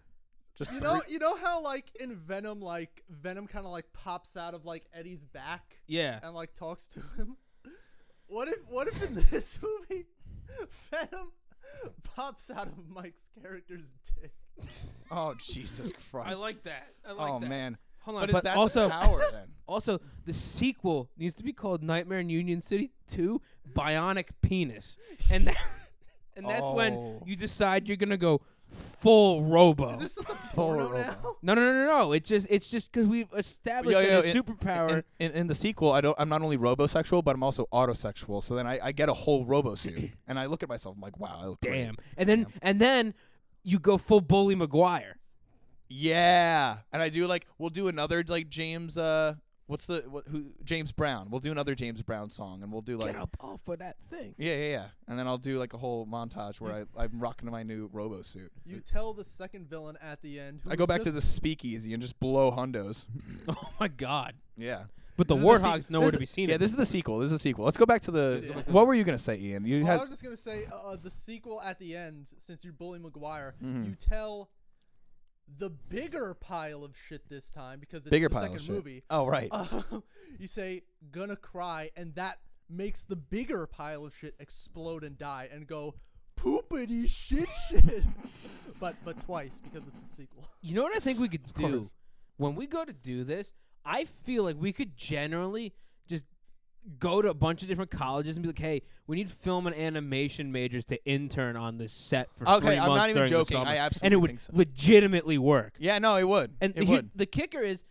Speaker 4: Just
Speaker 3: You
Speaker 4: three-
Speaker 3: know, you know how like in Venom, like Venom kind of like pops out of like Eddie's back
Speaker 2: yeah.
Speaker 3: and like talks to him. What if, what if in this movie, Venom pops out of Mike's character's dick?
Speaker 4: Oh Jesus Christ!
Speaker 2: like that. I
Speaker 4: oh man.
Speaker 2: Hold on,
Speaker 4: But,
Speaker 2: but,
Speaker 4: is that
Speaker 2: also
Speaker 4: the power then?
Speaker 2: also the sequel needs to be called Nightmare in Union City 2 Bionic Penis. And that, and that's when
Speaker 4: Oh.
Speaker 2: you decide you're going to go full robo.
Speaker 3: Is there such a
Speaker 4: Poor
Speaker 3: porno
Speaker 4: robot.
Speaker 3: now?
Speaker 2: No, no, no, no, no. It's just it's just because we've established
Speaker 4: Yo, yo,
Speaker 2: that a
Speaker 4: in-
Speaker 2: superpower.
Speaker 4: In, in, in the sequel, I don't. I'm not only robosexual, but I'm also autosexual. So then I, I get a whole robo suit, and I look at myself. I'm like, wow, I look great.
Speaker 2: damn. And then and then you go full bully Maguire.
Speaker 4: Yeah, and I do like. We'll do another like James. Uh, what's the what, who? James Brown. We'll do another James Brown song, and we'll do like.
Speaker 2: Get up off of that thing.
Speaker 4: Yeah, yeah, yeah. And then I'll do like a whole montage where I, I'm rocking my new robo suit.
Speaker 3: You tell the second villain at the end. who
Speaker 4: I go
Speaker 3: is
Speaker 4: back to
Speaker 3: just-
Speaker 4: the speakeasy and just blow hundos.
Speaker 2: Oh my god.
Speaker 4: Yeah.
Speaker 2: But the
Speaker 4: This is se-
Speaker 2: Warthog's nowhere
Speaker 4: this
Speaker 2: to
Speaker 4: is-
Speaker 2: be seen.
Speaker 4: Yeah,
Speaker 2: in
Speaker 4: this is the sequel. This is the sequel. Let's go back to the. What were you gonna say, Ian? You
Speaker 3: Well,
Speaker 4: had
Speaker 3: Oh, I was just gonna say uh, the sequel at the end. Since you bully McGuire,
Speaker 4: Mm-hmm.
Speaker 3: you tell the bigger pile of shit this time because it's
Speaker 4: bigger
Speaker 3: the
Speaker 4: pile
Speaker 3: second
Speaker 4: of shit.
Speaker 3: movie.
Speaker 4: Oh right.
Speaker 3: you say "gonna cry" and that makes the bigger pile of shit explode and die and go poopity shit shit, but but twice because it's a sequel.
Speaker 2: You know what I think we could do
Speaker 4: course.
Speaker 2: when we go to do this? I feel like we could generally just go to a bunch of different colleges and be like, "Hey, we need film and animation majors to intern on this set for
Speaker 4: Okay,
Speaker 2: three
Speaker 4: I'm not
Speaker 2: months
Speaker 4: even
Speaker 2: during the
Speaker 4: joking.
Speaker 2: summer."
Speaker 4: I
Speaker 2: and
Speaker 4: absolutely
Speaker 2: it would
Speaker 4: think so.
Speaker 2: legitimately work.
Speaker 4: yeah, no, it would.
Speaker 2: And
Speaker 4: it
Speaker 2: he-
Speaker 4: would.
Speaker 2: the kicker is,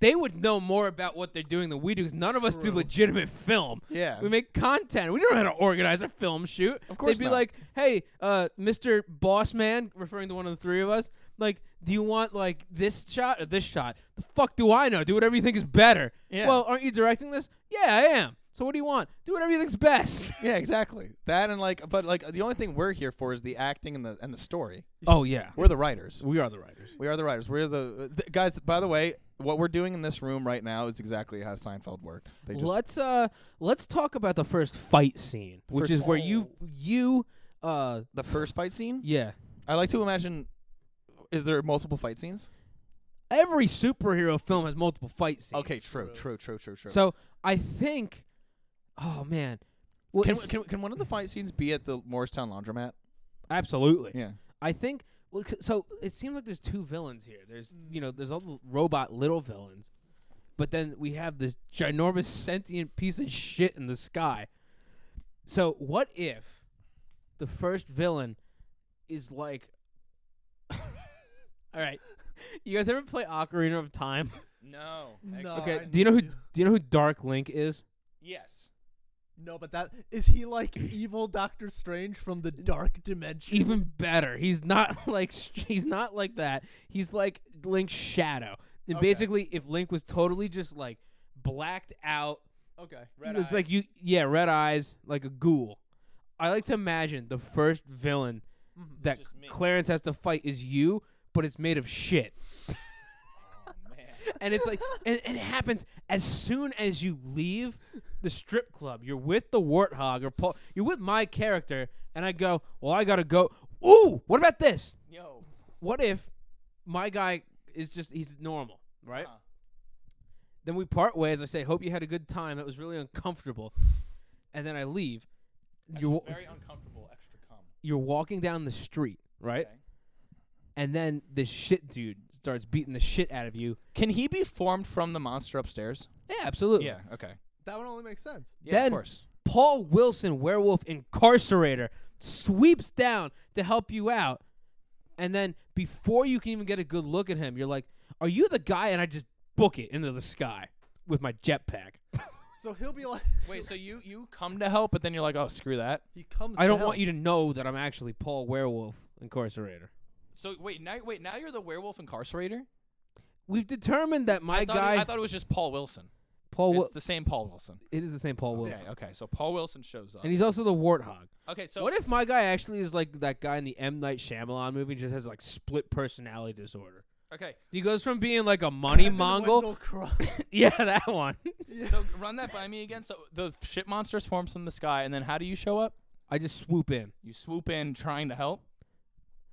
Speaker 2: they would know more about what they're doing than we do because none of us do
Speaker 3: True.
Speaker 2: legitimate film.
Speaker 4: Yeah.
Speaker 2: we make content. We don't know how to organize a film shoot.
Speaker 4: Of course
Speaker 2: they'd be
Speaker 4: not.
Speaker 2: like, "Hey, uh, Mister Boss Man," referring to one of the three of us. Like, do you want like this shot or this shot? The fuck do I know? Do whatever you think is better.
Speaker 4: Yeah.
Speaker 2: Well, aren't you directing this? Yeah, I am. So what do you want? Do whatever you think's best.
Speaker 4: Yeah, exactly. That and like, but like the only thing we're here for is the acting and the and the story.
Speaker 2: oh yeah,
Speaker 4: We're the writers.
Speaker 2: we are the writers.
Speaker 4: We are the writers. We're the th- guys. By the way, what we're doing in this room right now is exactly how Seinfeld worked. They just
Speaker 2: let's uh let's talk about the first fight scene, which
Speaker 4: first-
Speaker 2: is where you you uh
Speaker 4: the first fight scene.
Speaker 2: yeah.
Speaker 4: I like to imagine. Is there multiple fight scenes?
Speaker 2: Every superhero film has multiple fight scenes.
Speaker 4: Okay, true, true, true, true, true.
Speaker 2: So I think, oh man, well,
Speaker 4: can,
Speaker 2: it's-
Speaker 4: can can one of the fight scenes be at the Morristown laundromat?
Speaker 2: absolutely.
Speaker 4: Yeah.
Speaker 2: I think. Well, c- so it seems like there's two villains here. There's you know there's all the robot little villains, but then we have this ginormous sentient piece of shit in the sky. So what if the first villain is like? all right, you guys ever play Ocarina of Time?
Speaker 4: No.
Speaker 3: No.
Speaker 2: okay,
Speaker 3: I
Speaker 2: do you know who
Speaker 3: need to.
Speaker 2: do you know who Dark Link is?
Speaker 4: Yes.
Speaker 3: No, but that is he like evil Doctor Strange from the dark dimension?
Speaker 2: Even better. He's not like he's not like that. He's like Link's shadow. And
Speaker 3: Okay.
Speaker 2: basically, if Link was totally just like blacked out,
Speaker 3: okay, red
Speaker 2: it's like you, yeah, red eyes, like a ghoul. I like to imagine the first villain that Clarence has to fight is you, but it's made of shit. and it's like, and, and it happens as soon as you leave the strip club. You're with the warthog, or Paul, you're with my character, and I go, well, I gotta go. Ooh, what about this?
Speaker 4: Yo.
Speaker 2: What if my guy is just he's normal, right? Then we part ways. I say, hope you had a good time. That was really uncomfortable. And then I leave. You're wa-
Speaker 4: uncomfortable extra cum.
Speaker 2: you're walking down the street, right? And then this shit dude starts beating the shit out of you.
Speaker 4: Can he be formed from the monster upstairs?
Speaker 2: Yeah, absolutely.
Speaker 4: Okay.
Speaker 3: that would only make sense.
Speaker 4: Yeah,
Speaker 2: Then-
Speaker 4: of course.
Speaker 2: Paul Wilson, werewolf incarcerator, sweeps down to help you out. And then before you can even get a good look at him, you're like, Are you the guy? And I just book it into the sky with my jetpack.
Speaker 3: So he'll be like,
Speaker 4: Wait, so you you come to help, but then you're like, oh, screw that.
Speaker 3: he comes.
Speaker 2: I
Speaker 3: to
Speaker 2: don't
Speaker 3: help.
Speaker 2: want you to know that I'm actually Paul Werewolf Incarcerator.
Speaker 4: So wait, now wait, now you're the werewolf incarcerator.
Speaker 2: We've determined that my
Speaker 4: I thought,
Speaker 2: guy,
Speaker 4: I thought it was just Paul Wilson.
Speaker 2: Paul, Wil-
Speaker 4: it's the same Paul Wilson.
Speaker 2: it is the same Paul Wilson.
Speaker 4: Okay, okay. So Paul Wilson shows up.
Speaker 2: And he's also the warthog.
Speaker 4: okay, so
Speaker 2: what if my guy actually is like that guy in the M Night Shyamalan movie, just has like split personality disorder?
Speaker 4: okay,
Speaker 2: He goes from being like a money
Speaker 3: Kevin
Speaker 2: mongol,
Speaker 3: Wendell Crumb.
Speaker 2: yeah, that one.
Speaker 4: so run that by me again. So the shit monsters forms from the sky, and then how do you show up?
Speaker 2: I just swoop in.
Speaker 4: You swoop in trying to help.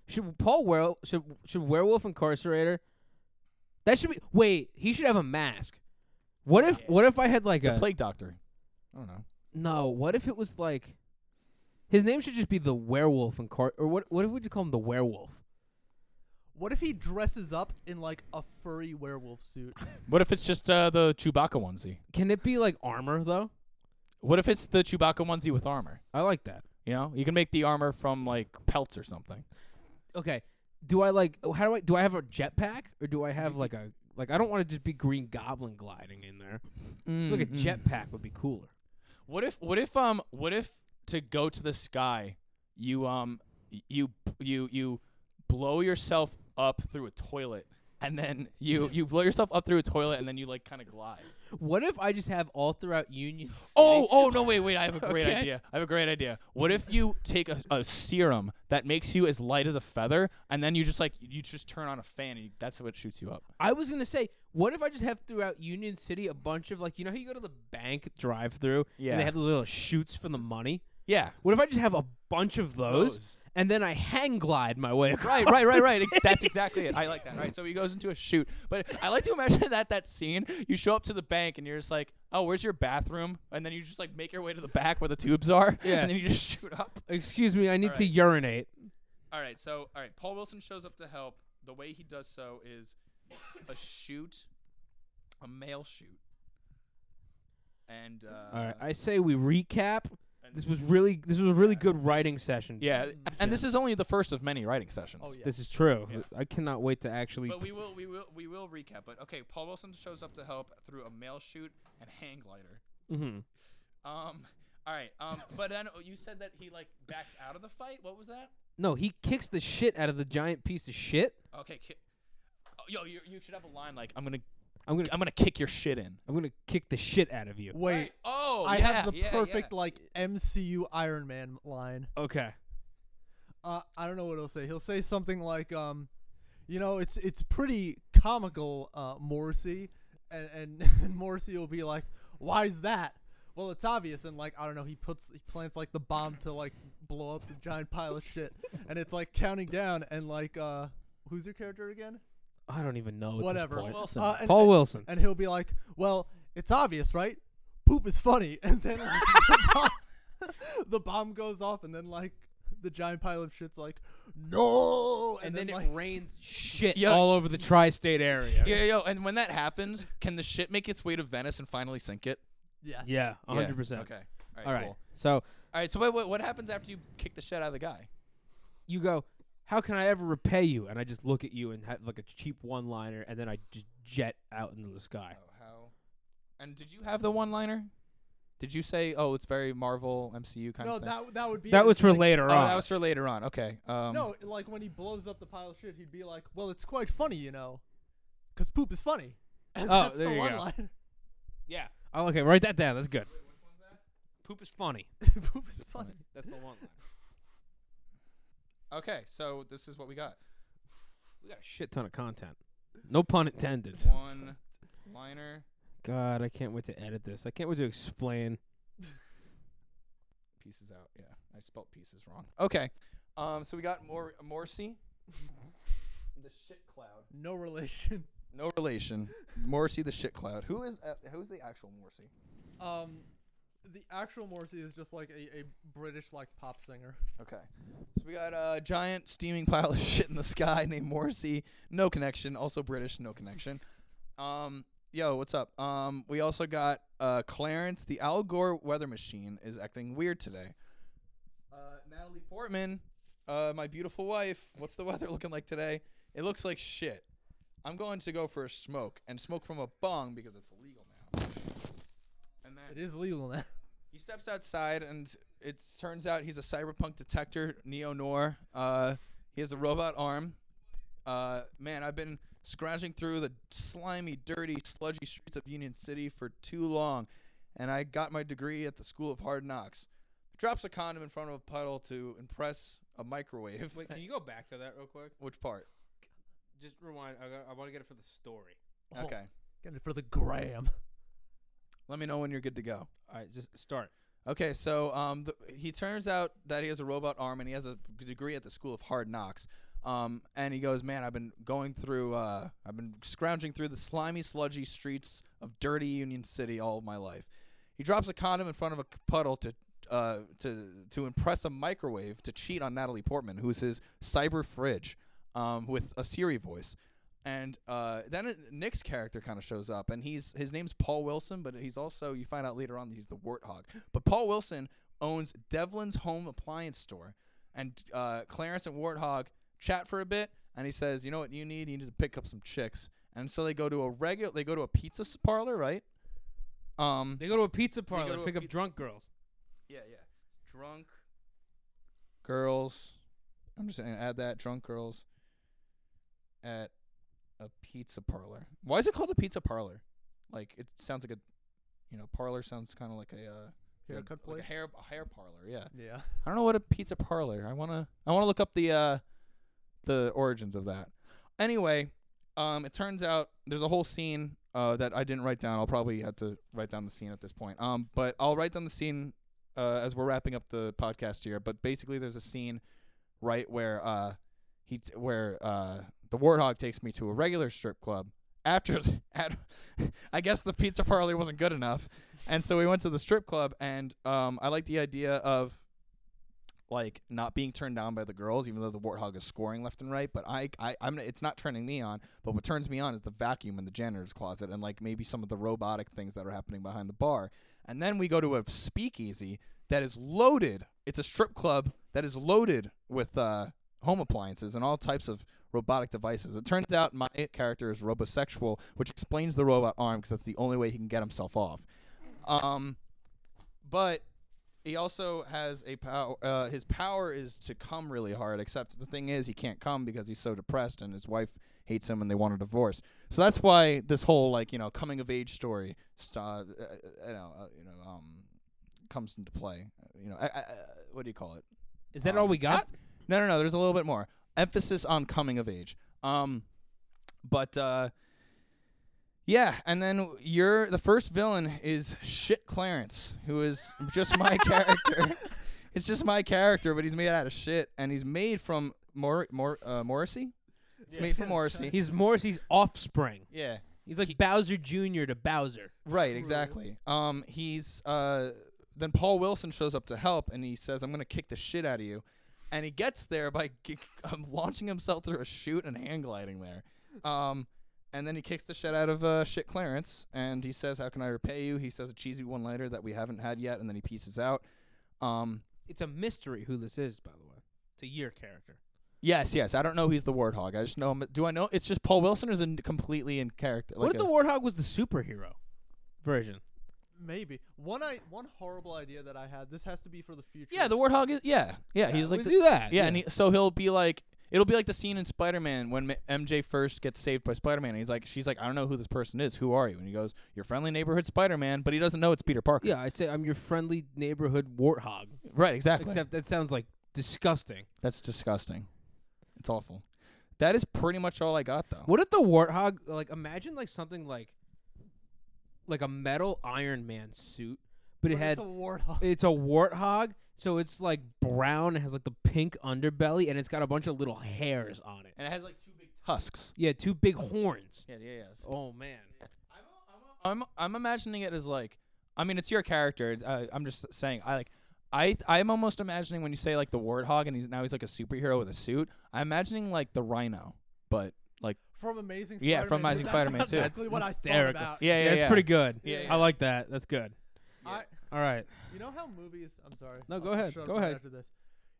Speaker 2: Should Paul Werewolf should should Werewolf Incarcerator? That should be wait. He should have a mask. What if what if I had like a
Speaker 4: The plague doctor. I don't know.
Speaker 2: no? What if it was like his name should just be the Werewolf Incar or what? What if we just call him the Werewolf?
Speaker 3: What if he dresses up in like a furry werewolf suit?
Speaker 4: What if it's just uh, the Chewbacca onesie?
Speaker 2: Can it be like armor though?
Speaker 4: What if it's the Chewbacca onesie with armor?
Speaker 2: I like that.
Speaker 4: You know, you can make the armor from like pelts or something.
Speaker 2: okay do i like how do i do i have a jetpack or do i have like a like i don't want to just be green goblin gliding in there I feel like a jetpack would be cooler
Speaker 4: What if what if um what if to go to the sky, you um y- you you you blow yourself up through a toilet and then you you blow yourself up through a toilet and then you like kind of glide.
Speaker 2: what if i just have all throughout union City-
Speaker 4: Oh oh no wait wait I have a great
Speaker 2: Okay.
Speaker 4: idea I have a great idea. What if you take a, a serum that makes you as light as a feather and then you just like you just turn on a fan and you, that's what shoots you up.
Speaker 2: i was gonna say what if i just have throughout union city a bunch of like you know how you go to the bank drive through and
Speaker 4: Yeah.
Speaker 2: they have those little shoots for the money
Speaker 4: Yeah.
Speaker 2: what if i just have a bunch of those,
Speaker 4: Those.
Speaker 2: and then i hang glide my way across
Speaker 4: Right, right,
Speaker 2: the
Speaker 4: right, right.
Speaker 2: city?
Speaker 4: That's exactly it. I like that. Right. So he goes into a shoot. But I like to imagine that that scene, you show up to the bank and you're just like, "Oh, where's your bathroom?" And then you just like make your way to the back where the tubes are,
Speaker 2: Yeah.
Speaker 4: and then you just shoot up.
Speaker 2: excuse me i need to
Speaker 4: Alright.
Speaker 2: urinate
Speaker 4: All right. So, all right, Paul Wilson shows up to help. The way he does so is a shoot, a male shoot. And uh
Speaker 2: all right i say we recap
Speaker 4: and-
Speaker 2: this was really this was a really good writing session
Speaker 4: Mm. Yeah, and this is only the first of many writing sessions.
Speaker 3: Oh, yeah.
Speaker 2: This is true.
Speaker 4: Yeah.
Speaker 2: I cannot wait to actually.
Speaker 4: But we will, we will, we will recap. But okay, Paul Wilson shows up to help through a mail shoot and hang glider.
Speaker 2: Mhm.
Speaker 4: Um, all right. Um, but then oh, you said that he like backs out of the fight. What was that?
Speaker 2: No, he kicks the shit out of the giant piece of shit.
Speaker 4: Okay. Ki- oh, yo, you, you should have a line like, "I'm gonna,
Speaker 2: I'm gonna,
Speaker 4: I'm gonna kick your shit in."
Speaker 2: I'm gonna kick the shit out of you.
Speaker 3: Wait,
Speaker 4: Right. Oh,
Speaker 3: I
Speaker 4: yeah,
Speaker 3: have the
Speaker 4: yeah,
Speaker 3: perfect
Speaker 4: yeah.
Speaker 3: like MCU Iron Man line.
Speaker 2: Okay.
Speaker 3: Uh, I don't know what he'll say. He'll say something like, um, you know, it's it's pretty comical, uh, Morrissey, and, and, and Morrissey will be like, why's that? Well, it's obvious, and like I don't know, he puts he plants like the bomb to like blow up the giant pile of shit, and it's like counting down, and like uh, who's your character again?
Speaker 2: I don't even know. at this
Speaker 3: Whatever.
Speaker 2: point.
Speaker 4: Wilson.
Speaker 3: Uh, and-
Speaker 2: Paul Wilson.
Speaker 3: and he'll be like, "Well, it's obvious, right? Poop is funny." And then like, the, bomb, the bomb goes off, and then like the giant pile of shit's like, "No!"
Speaker 2: and, then,
Speaker 3: like,
Speaker 2: it rains shit
Speaker 4: Yo-
Speaker 2: all over the tri-state area.
Speaker 4: Yeah, yo, and when that happens, can the shit make its way to Venice and finally sink it?
Speaker 3: yes,
Speaker 2: Yeah, a
Speaker 4: Yeah,
Speaker 2: hundred percent.
Speaker 4: Okay. All right.
Speaker 2: All right.
Speaker 4: Cool.
Speaker 2: So
Speaker 4: All right. So what, what what happens after you kick the shit out of the guy?
Speaker 2: you go. How can I ever repay you? And I just look at you and have like a cheap one-liner, and then I just jet out into the sky.
Speaker 4: Oh, how? And did you have the one liner? Did you say? Oh, it's very Marvel MCU kind
Speaker 3: no,
Speaker 4: of thing.
Speaker 3: that that would be
Speaker 2: That
Speaker 3: it.
Speaker 2: was
Speaker 3: It's
Speaker 2: for
Speaker 3: like-
Speaker 2: later
Speaker 4: oh,
Speaker 2: on.
Speaker 4: that was for later on. Okay. Um,
Speaker 3: No, like when he blows up the pile of shit, he'd be like, "Well, it's quite funny, you know, 'cause poop is funny." And
Speaker 2: Oh,
Speaker 3: that's
Speaker 2: there
Speaker 3: the
Speaker 2: you
Speaker 3: one
Speaker 2: go.
Speaker 3: line.
Speaker 2: yeah. Oh, okay. Write that down. That's good. Poop is funny.
Speaker 3: poop is funny.
Speaker 2: That's the one line.
Speaker 4: Okay, so this is what we got.
Speaker 2: We got a shit ton of content. No pun intended.
Speaker 4: One liner.
Speaker 2: God, I can't wait to edit this. I can't wait to explain.
Speaker 4: pieces out. Yeah, I spelt pieces wrong. Okay, um, so we got more Morsi, the shit cloud.
Speaker 3: No relation.
Speaker 4: No relation. Morsi the shit cloud. Who is uh, who's the actual Morsi?
Speaker 3: Um, the actual Morrissey is just like a, a British like pop singer.
Speaker 4: Okay, so we got a giant steaming pile of shit in the sky named Morsi. No connection. Also British. No connection. Um, yo, what's up? Um, we also got uh, Clarence the Al Gore weather machine is acting weird today. Uh, Natalie Portman, uh, my beautiful wife. What's the weather looking like today? It looks like shit. I'm going to go for a smoke and smoke from a bong because it's legal now.
Speaker 2: Eh.
Speaker 4: And
Speaker 3: It
Speaker 4: then
Speaker 3: is legal now.
Speaker 4: he steps outside and it turns out he's a cyberpunk detector, Neo Noir. Uh, he has a robot arm. Uh, man, I've been scratching through the slimy, dirty, sludgy streets of Union City for too long, and I got my degree at the School of Hard Knocks. Drops a condom in front of a puddle to impress a microwave.
Speaker 2: you go back to that real quick?
Speaker 4: Which part?
Speaker 2: Just rewind. I, got, I want to get it for the story.
Speaker 3: Oh.
Speaker 4: Okay.
Speaker 3: Get it for the gram.
Speaker 4: Let me know when you're good to go.
Speaker 2: All right, just start.
Speaker 4: Okay, so um, th he turns out that he has a robot arm and he has a degree at the School of Hard Knocks. Um, and he goes, man, I've been going through, uh, I've been scrounging through the slimy, sludgy streets of dirty Union City all my life. He drops a condom in front of a c- puddle to, uh, to to impress a microwave to cheat on Natalie Portman, who's his cyber fridge, um, with a Siri voice. And uh, then it, Nick's character kind of shows up, and he's his name's Paul Wilson, but he's also you find out later on that he's the warthog. But Paul Wilson owns Devlin's home appliance store, and uh, Clarence and Warthog chat for a bit, and he says, "You know what you need? You need to pick up some chicks." And so they go to a regular, they go to a pizza s- parlor, right? Um,
Speaker 2: They go to a pizza
Speaker 4: go
Speaker 2: parlor
Speaker 4: to
Speaker 2: to
Speaker 4: a
Speaker 2: pick up
Speaker 4: pizza-
Speaker 2: drunk girls.
Speaker 4: yeah, yeah. Drunk girls. I'm just gonna add that drunk girls at a pizza parlor. Why is it called a pizza parlor? Like it sounds like a, you know, parlor sounds kind of like a uh, like
Speaker 3: Haircut
Speaker 4: a
Speaker 3: place?
Speaker 4: hair a hair parlor. Yeah.
Speaker 3: Yeah.
Speaker 4: I don't know what a pizza parlor. I wanna I wanna look up the uh the origins of that. Anyway, um it turns out there's a whole scene uh that I didn't write down. I'll probably have to write down the scene at this point. Um but I'll write down the scene uh as we're wrapping up the podcast here. But basically there's a scene right where uh he t- where uh the warthog takes me to a regular strip club after at, I guess the pizza parlor wasn't good enough. And so we went to the strip club and um I like the idea of like not being turned down by the girls, even though the warthog is scoring left and right. But I, I, I'm, it's not turning me on. But what turns me on is the vacuum in the janitor's closet and like maybe some of the robotic things that are happening behind the bar. And then we go to a speakeasy that is loaded. It's a strip club that is loaded with uh, home appliances and all types of robotic devices. It turns out my character is robosexual, which explains the robot arm because that's the only way he can get himself off. Um, but he also has a power. Uh, his power is to come really hard. Except the thing is, he can't come because he's so depressed, and his wife hates him, and they want a divorce. So that's why this whole like you know coming of age story, st- uh, you know, uh, you know, um, comes into play. You know, I, I, I- what do you call it?
Speaker 2: Is that all
Speaker 4: Um,
Speaker 2: we got?
Speaker 4: No, no, no. There's a little bit more emphasis on coming of age. Um, but uh, yeah, and then your the first villain is shit Clarence, who is just my character. It's just my character, but he's made out of shit, and he's made from Mor Mor uh, Morrissey. It's made from Morrissey.
Speaker 2: He's Morrissey's offspring.
Speaker 4: yeah.
Speaker 2: He's like Bowser Jr. to Bowser.
Speaker 4: Right, exactly. Um, he's uh, then Paul Wilson shows up to help, and he says, "I'm gonna kick the shit out of you," and he gets there by g- um, launching himself through a chute and hang gliding there. Um, and then he kicks the shit out of uh, shit Clarence, and he says, "How can I repay you?" He says a cheesy one-liner that we haven't had yet, and then he pieces out. Um,
Speaker 2: It's a mystery who this is, by the way, to your character.
Speaker 4: yes, yes. I don't know he's the warthog. I just know him. Do I know? It's just Paul Wilson is in completely in character.
Speaker 2: what
Speaker 4: like
Speaker 2: if
Speaker 4: a-
Speaker 2: the Warthog was the superhero version?
Speaker 3: Maybe one I one horrible idea that I had. This has to be for the future.
Speaker 4: Yeah, the warthog is. Yeah, yeah. He's like
Speaker 2: we
Speaker 4: the,
Speaker 2: do that.
Speaker 4: Yeah, and he, so he'll be like, it'll be like the scene in Spider Man when M- MJ first gets saved by Spider Man. He's like, she's like, I don't know who this person is. Who are you? And he goes, Your friendly neighborhood Spider Man, but he doesn't know it's Peter Parker.
Speaker 2: yeah, I'd say I'm your friendly neighborhood warthog.
Speaker 4: right. Exactly.
Speaker 2: Except that sounds like disgusting.
Speaker 4: That's disgusting. It's awful. That is pretty much all I got though.
Speaker 2: What if the warthog like imagine like something like like a metal Iron Man suit, but it
Speaker 3: But
Speaker 2: had
Speaker 3: it's a warthog.
Speaker 2: it's a warthog, so it's like brown, it has like the pink underbelly, and it's got a bunch of little hairs on it.
Speaker 4: And it has like two big tusks.
Speaker 2: Yeah, two big horns.
Speaker 4: Yeah. Yeah. Yes.
Speaker 2: Oh man.
Speaker 4: I'm I'm imagining it as like I mean it's your character. It's, uh, I'm just saying I like I I'm almost imagining when you say like the warthog and he's now he's like a superhero with a suit. I'm imagining like the rhino, but like
Speaker 3: from Amazing.
Speaker 4: Yeah, from
Speaker 3: Spider-Man 2.
Speaker 4: Amazing Spider-Man 2.
Speaker 3: That's exactly what I thought
Speaker 2: hysterical.
Speaker 3: about.
Speaker 4: yeah yeah,
Speaker 2: that's pretty good.
Speaker 4: Yeah,
Speaker 2: I like that. That's good.
Speaker 3: I,
Speaker 2: All right.
Speaker 3: you know how movies. I'm sorry.
Speaker 2: No,
Speaker 3: I'll-
Speaker 2: go
Speaker 3: I'll
Speaker 2: ahead.
Speaker 3: shut up
Speaker 2: Go
Speaker 3: right
Speaker 2: ahead.
Speaker 3: After this,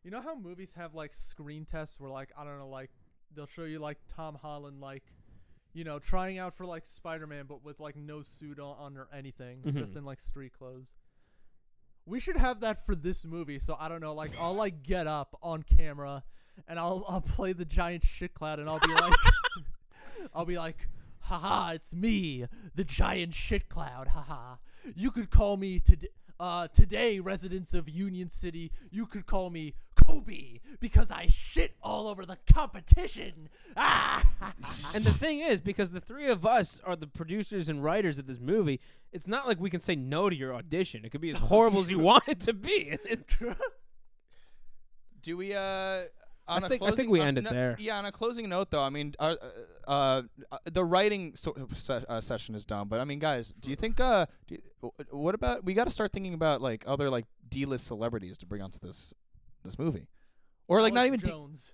Speaker 3: you know how movies have like screen tests where like I don't know like they'll show you like Tom Holland like you know trying out for like Spider-Man but with like no suit on, on or anything,
Speaker 2: Mm-hmm.
Speaker 3: just in like street clothes. We should have that for this movie. So I don't know, like I'll like get up on camera and I'll I'll play the giant shit cloud and I'll be like I'll be like haha, it's me, the giant shit cloud. Haha. You could call me today uh, today, residents of Union City, you could call me Kobe because I shit all over the competition. Ah!
Speaker 2: And the thing is, because the three of us are the producers and writers of this movie, it's not like we can say no to your audition. It could be as horrible as you want it to be.
Speaker 4: Do we uh on
Speaker 2: I think-
Speaker 4: a
Speaker 2: I think
Speaker 4: closing,
Speaker 2: we
Speaker 4: uh,
Speaker 2: end it
Speaker 4: no-
Speaker 2: there.
Speaker 4: Yeah, on a closing note though, I mean uh, uh, uh the writing so, se- uh, session is done, but I mean guys, do you think uh do you, wh- what about we got to start thinking about like other like D-list celebrities to bring onto this this movie? Or like not even
Speaker 3: Alex
Speaker 4: D-
Speaker 3: Jones.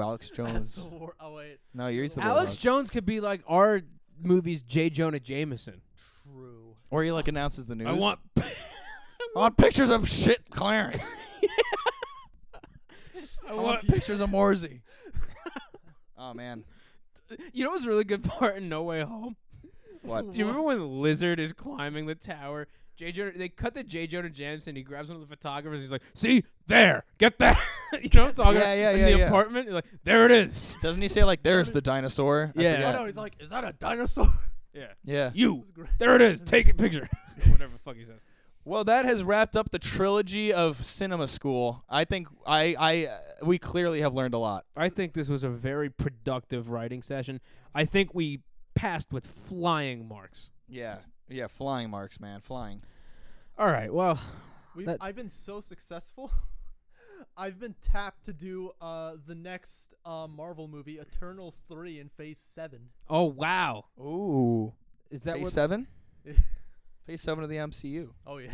Speaker 4: Alex
Speaker 3: That's
Speaker 4: Jones.
Speaker 3: the war. Oh wait,
Speaker 4: No, you're the
Speaker 2: Alex Jones could be like our movie's J. Jonah Jameson.
Speaker 3: true.
Speaker 4: Or he like announces the news.
Speaker 2: I want.
Speaker 4: I want pictures of shit Clarence. I
Speaker 3: Oh,
Speaker 4: want pictures of Morsey. oh man.
Speaker 2: you know what's a really good part in No Way Home?
Speaker 4: What?
Speaker 2: Do you remember when the lizard is climbing the tower? J. Jonah, they cut the J. Jonah Jameson. He grabs one of the photographers. He's like, "See there, get that." you know what I'm talking
Speaker 4: Yeah,
Speaker 2: about?
Speaker 4: yeah,
Speaker 2: in
Speaker 4: yeah,
Speaker 2: the
Speaker 4: yeah.
Speaker 2: apartment, you're like, "There it is."
Speaker 4: Doesn't he say like there's the dinosaur? I
Speaker 2: Yeah.
Speaker 4: forget.
Speaker 3: Oh no, he's like, is that a dinosaur?
Speaker 2: yeah,
Speaker 4: Yeah.
Speaker 2: you.
Speaker 3: great.
Speaker 2: There it is. Take a picture. Whatever the fuck he says.
Speaker 4: Well, that has wrapped up the trilogy of cinema school. I think I I uh, we clearly have learned a lot.
Speaker 2: I think this was a very productive writing session. I think we passed with flying marks.
Speaker 4: Yeah. Yeah, flying marks, man, flying.
Speaker 2: All right. Well,
Speaker 3: We've,
Speaker 2: That-
Speaker 3: I've been so successful. I've been tapped to do uh, the next uh, Marvel movie, Eternals three, in Phase seven.
Speaker 2: oh wow.
Speaker 4: Ooh.
Speaker 2: Is that
Speaker 4: Phase
Speaker 2: what?
Speaker 4: 7? Phase 7 of the MCU.
Speaker 3: oh yeah.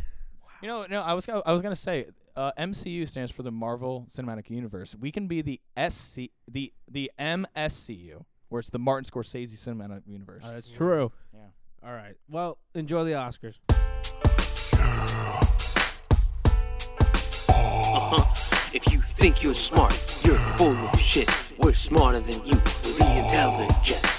Speaker 4: You know, no, I was gonna, I was gonna say uh, MCU stands for the Marvel Cinematic Universe. We can be the SC, the the MSCU, where it's the Martin Scorsese Cinematic Universe.
Speaker 2: Oh, that's true.
Speaker 4: Yeah.
Speaker 2: All right. Well, enjoy the Oscars.
Speaker 1: If you think you're smart, you're full of shit. We're smarter than you. We're the intelligent jets.